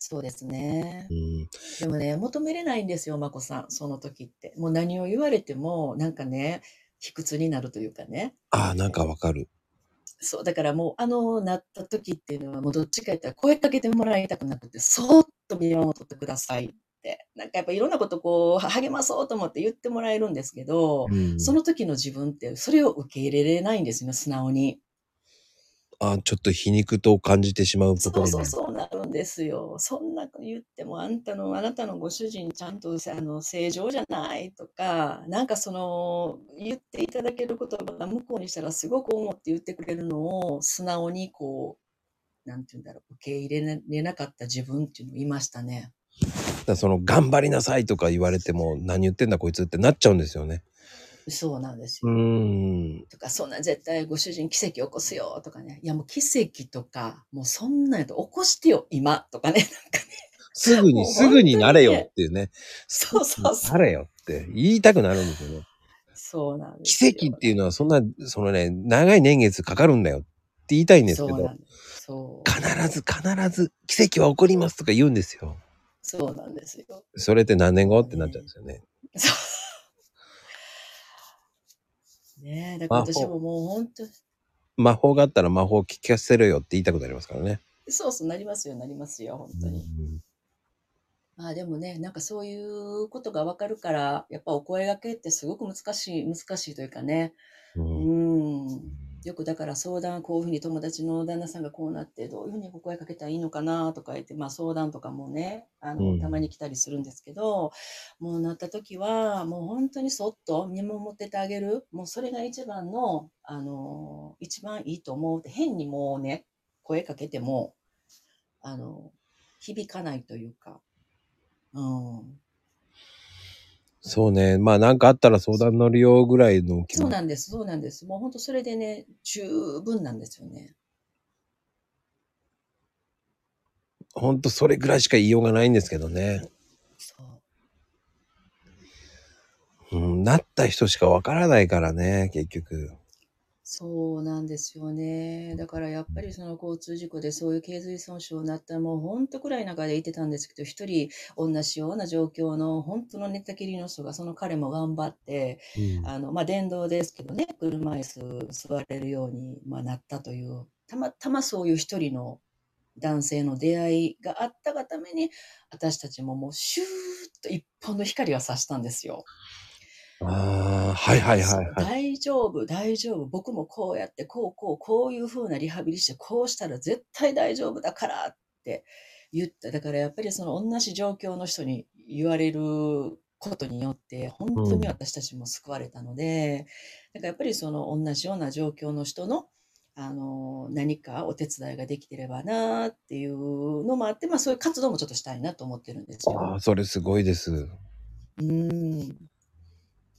そうですねう。ん、でもね、求めれないんですよ、まこさん、その時って。もう何を言われても、なんかね、卑屈になるというかね。ああなんかわかるそう、だからもう、あの、なった時っていうのは、もうどっちかやったら声かけてもらいたくなくて、そーっと見守ってくださいって。なんかやっぱいろんなことこう、は励まそうと思って言ってもらえるんですけど、うんその時の自分って、それを受け入れれないんですよね、素直に。ああちょっと皮肉と感じてしまうとこそうろそがうそうなるんですよ。そんな言っても、あんたの、あなたのご主人ちゃんとあの正常じゃないとか、なんかその、言っていただける言葉が向こうにしたらすごく思って言ってくれるのを、素直にこう、なんて言うんだろう、受け入れれなかった自分っていうのをいましたね。だからその頑張りなさいとか言われても何言ってんだこいつってなっちゃうんですよねそうなんですよ。うんとか、そんな絶対ご主人奇跡起こすよとかね。いやもう奇跡とか、もうそんなんやと起こしてよ、今とかね。なんかね。すぐもうにすぐになれよ本当にねっていうねそうそうそう。なれよって言いたくなるんですよねそうなんです奇よ跡っていうのはそんな、そのね、長い年月かかるんだよって言いたいんですけそうなど、んです。そう。必ず必ず奇跡は起こりますとか言うんですよ。そうなんですよ。 それって何年後ってなっちゃうんですよね。そう。ねえ、だから魔法私ももう本当、魔法があったら魔法を聞かせろよって言いたくなりますからね。そうそうなりますよ、なりますよ、本当に。まあでもね、なんかそういうことがわかるから、やっぱお声掛けってすごく難しい、難しいというかね。ううんうんん。よくだから相談、こういうふうに友達の旦那さんがこうなって、どういうふうにお声かけたらいいのかなとか言って、まあ相談とかもね、あうの、んたまに来たりするんですけど、もうなった時は、もう本当にそっと見守っててあげる。もうそれが一番の、あの、一番いいと思うって、変にもうね、声かけても、あの、響かないというか、うん。そうね。まあなんかあったら相談乗るよぐらいの気そう持ち。なんです、そうなんです。もう本当それでね、十分なんですよね。ほんとそれぐらいしか言いようがないんですけどね。そう。うん、なった人しかわからないからね、結局。そうなんですよね。だからやっぱりその交通事故でそういう頸髄損傷になったもう本当くらい中でいてたんですけど、一人同じような状況の本当の寝たきりの人が、その彼も頑張って、あの、まあ、電動ですけどね、車椅子座れるように、まあ、なったという、たまたまそういう一人の男性の出会いがあったがために、私たちももうシューッと一本の光が差したんですよ。ああ、はいはいはいはい。大丈夫、大丈夫。僕もこうやって、こうこう、こういう風なリハビリして、こうしたら絶対大丈夫だからって言った。だからやっぱりその同じ状況の人に言われることによって、本当に私たちも救われたので、だからやっぱりその同じような状況の人の、あの、何かお手伝いができてればなっていうのもあって、まあそういう活動もちょっとしたいなと思ってるんですよ。ああ、それすごいです。うん。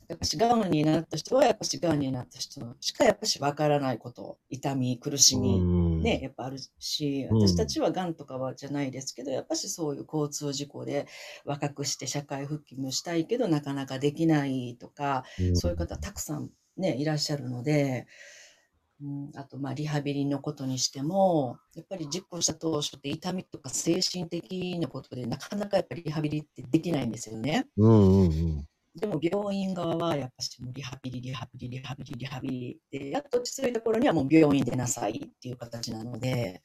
やっぱし、がんになった人は、やっぱし、がんになった人しか、やっぱし、わからないこと、痛み、苦しみ、んね、やっぱあるし、うん私たちはがんとかはじゃないですけど、やっぱし、そういう交通事故で若くして社会復帰もしたいけど、なかなかできないとか、そういう方、たくさんね、いらっしゃるので、うん、あと、まあ、リハビリのことにしても、やっぱり、実行した当初って、痛みとか精神的なことで、なかなかやっぱりリハビリってできないんですよね。うんうんうん。でも病院側はやっぱしもうリハビリ、リハビリ、リハビリ、リハビリで、やっと落ち着いた頃にはもう病院出なさいっていう形なので、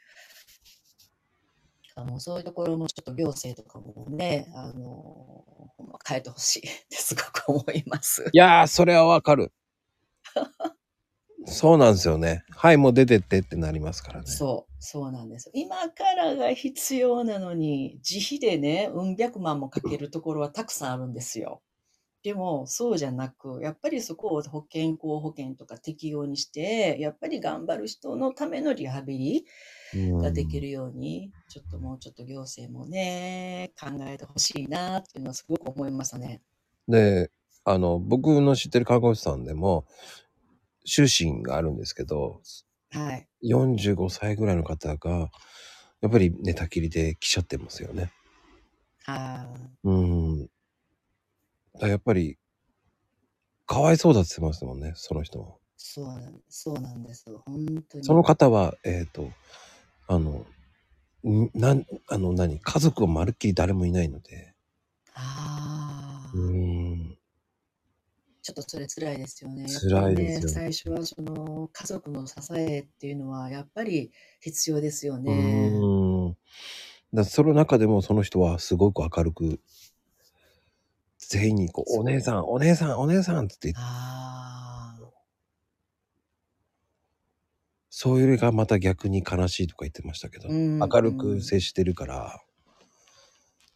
あのそういうところもちょっと行政とかもね、あのほんま変えてほしいってすごく思います。いやー、それはわか る。そうなんですよね。はい、もう出てってってなりますからね。そう、そうなんです。今からが必要なのに、自費でね、うん百万もかけるところはたくさんあるんですよ。でも、そうじゃなく、やっぱりそこを保健康保険とか適用にして、やっぱり頑張る人のためのリハビリうんができるように、ちょっともうちょっと行政もね、考えてほしいなっていうのはすごく思いましたね。で、あの、僕の知ってる看護師さんでも、終身があるんですけど、はい。 45歳ぐらいの方が、やっぱり寝たきりで来ちゃってますよね。あーうん。だからやっぱり、かわいそうだって言ってますもんね、その人は。そうなんそうなんです。本当に。その方は、えっ、と、あの、んなん、あの、何、家族がまるっきり誰もいないので、ああ。うーん、ちょっとそれ辛いですよね。辛いですよやっぱりね最初はその家族の支えっていうのはやっぱり必要ですようね。ーん。だその中でもその人はすごく明るく、全員にこう、そうお姉さん、お姉さん、お姉さんって言って、ああ、そういうよりがまた逆に悲しいとか言ってましたけど、うん明るく接してるから、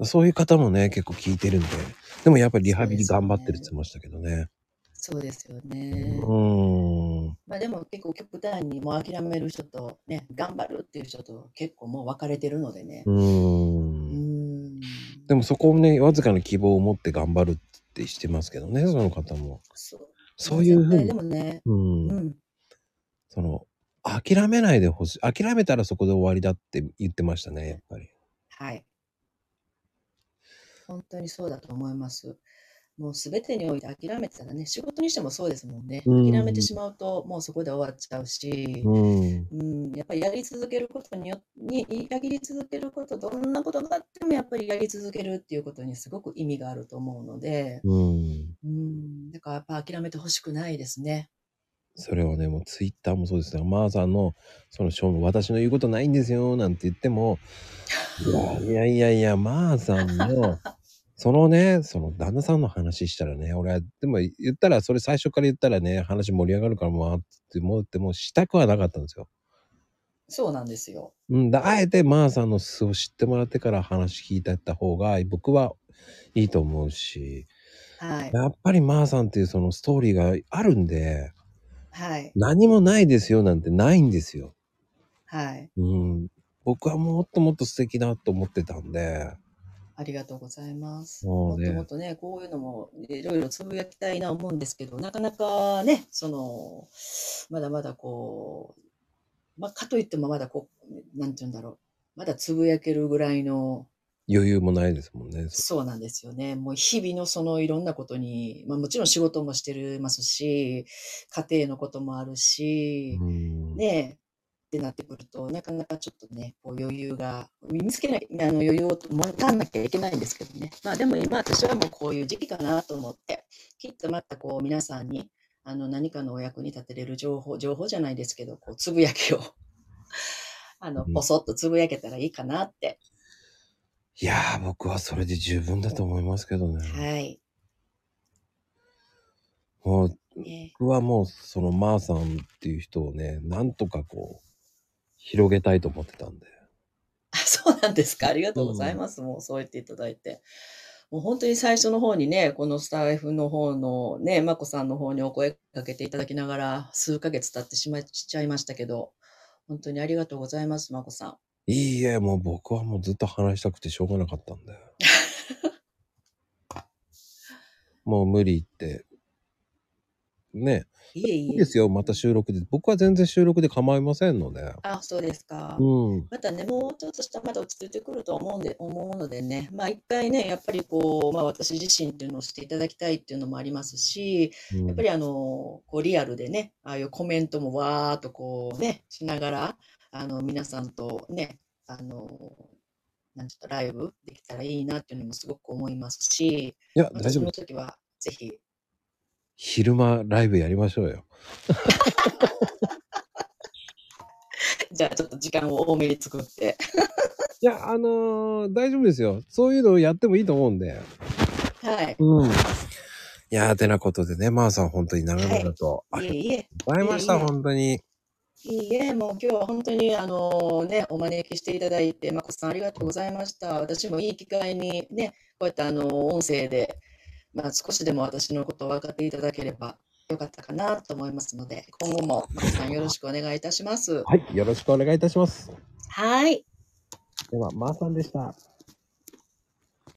そういう方もね、結構聞いてるんで、でもやっぱりリハビリ頑張ってるって言ってましたけどね。そうですようね。ーん。まあでも結構極端にもう諦める人とね、頑張るっていう人と結構もう分かれてるのでねう。ー。うんん。でもそこをね、わずかな希望を持って頑張るってしてますけどね、その方も。そうそういうふう絶に対で、もね、うんうん。その、諦めないでほしい。諦めたらそこで終わりだって言ってましたね、やっぱり。はい。本当にそうだと思います。もう全てにおいて諦めてたらね、仕事にしてもそうですもんね。うん諦めてしまうと、もうそこで終わっちゃうし、うん。うん、やっぱりやり続けることによに、やり続けること、どんなことがあってもやっぱりやり続けるっていうことにすごく意味があると思うので、うん。うん、だからやっぱ諦めてほしくないですね。それはね、もうツイッターもそうですが、マーさんの、その、しょう私の言うことないんですよ、なんて言っても、いやいやいやいや、マーさんの、そのね、その旦那さんの話したらね、俺は、でも言ったら、それ最初から言ったらね、話盛り上がるからもう、あって思って、もうしたくはなかったんですよ。そうなんですよ。うんだ、あえてマーさんの素を知ってもらってから話聞いてった方が僕はいいと思うし、はい。やっぱりマーさんっていうそのストーリーがあるんで、はい。何もないですよなんてないんですよ。はい。うん。僕はもっともっと素敵だと思ってたんで、ありがとうございます。ももうっねともっとね、こういうのもいろいろつぶやきたいな思うんですけど、なかなかね、その、まだまだこう、まあ、かといってもまだこう、なんて言うんだろう。まだつぶやけるぐらいの、余裕もないですもんね。そうなんですよね。もう日々のそのいろんなことに、まあもちろん仕事もしてますし、家庭のこともあるし、うんねえ、ってなってくると、なかなかちょっとね、こう余裕が、見つけない、あの余裕を持たなきゃいけないんですけどね。まあでも今私はもうこういう時期かなと思って、きっとまたこう皆さんに、あの何かのお役に立てれる情報、情報じゃないですけど、こうつぶやきを、 あの、うんぽそっとつぶやけたらいいかなって。いやー、僕はそれで十分だと思いますけどね。はい。もうね僕はもうそのマーさんっていう人をね、なんとかこう、広げたいと思ってたんで。あそうなんですか。ありがとうございます。もうそう言っていただいて。もう本当に最初の方にね、このスタイフの方のね、まこさんの方にお声かけていただきながら、数ヶ月経ってしまいちゃいましたけど、本当にありがとうございます、まこさん。いいえ、もう僕はもうずっと話したくてしょうがなかった んだよ。もう無理って。ねいえいえ。いいですよ、また収録で。僕は全然収録で構いませんので。あ、そうですか。うん。またね、もうちょっとしたらまた落ち着いてくると思うんで、思うのでね、まあ一回ね、やっぱりこう、まあ私自身っていうのをしていただきたいっていうのもありますし、うんやっぱりあの、こうリアルでね、ああいうコメントもわーっとこうね、しながら、あの、皆さんとね、あの、なんちょっとライブできたらいいなっていうのもすごく思いますし、いや、また大丈そ夫のです。時はぜひ、昼間ライブやりましょうよ。じゃあちょっと時間を多めに作って、いや、あのー大丈夫ですよ。そういうのをやってもいいと思うんで。はい。うん。いやー、てなことでね、まー、さん本当に長々と、いあえりいえ。がとうございました、いえいえ本当に。いいえ、もう今日は本当にあのね、お招きしていただいて、まこさんありがとうございました。私もいい機会にね、こうやってあの音声で、まあ、少しでも私のことを分かっていただければよかったかなと思いますので、今後もまこさんよろしくお願いいたします。はい、よろしくお願いいたします。はい。では、まー、さんでした。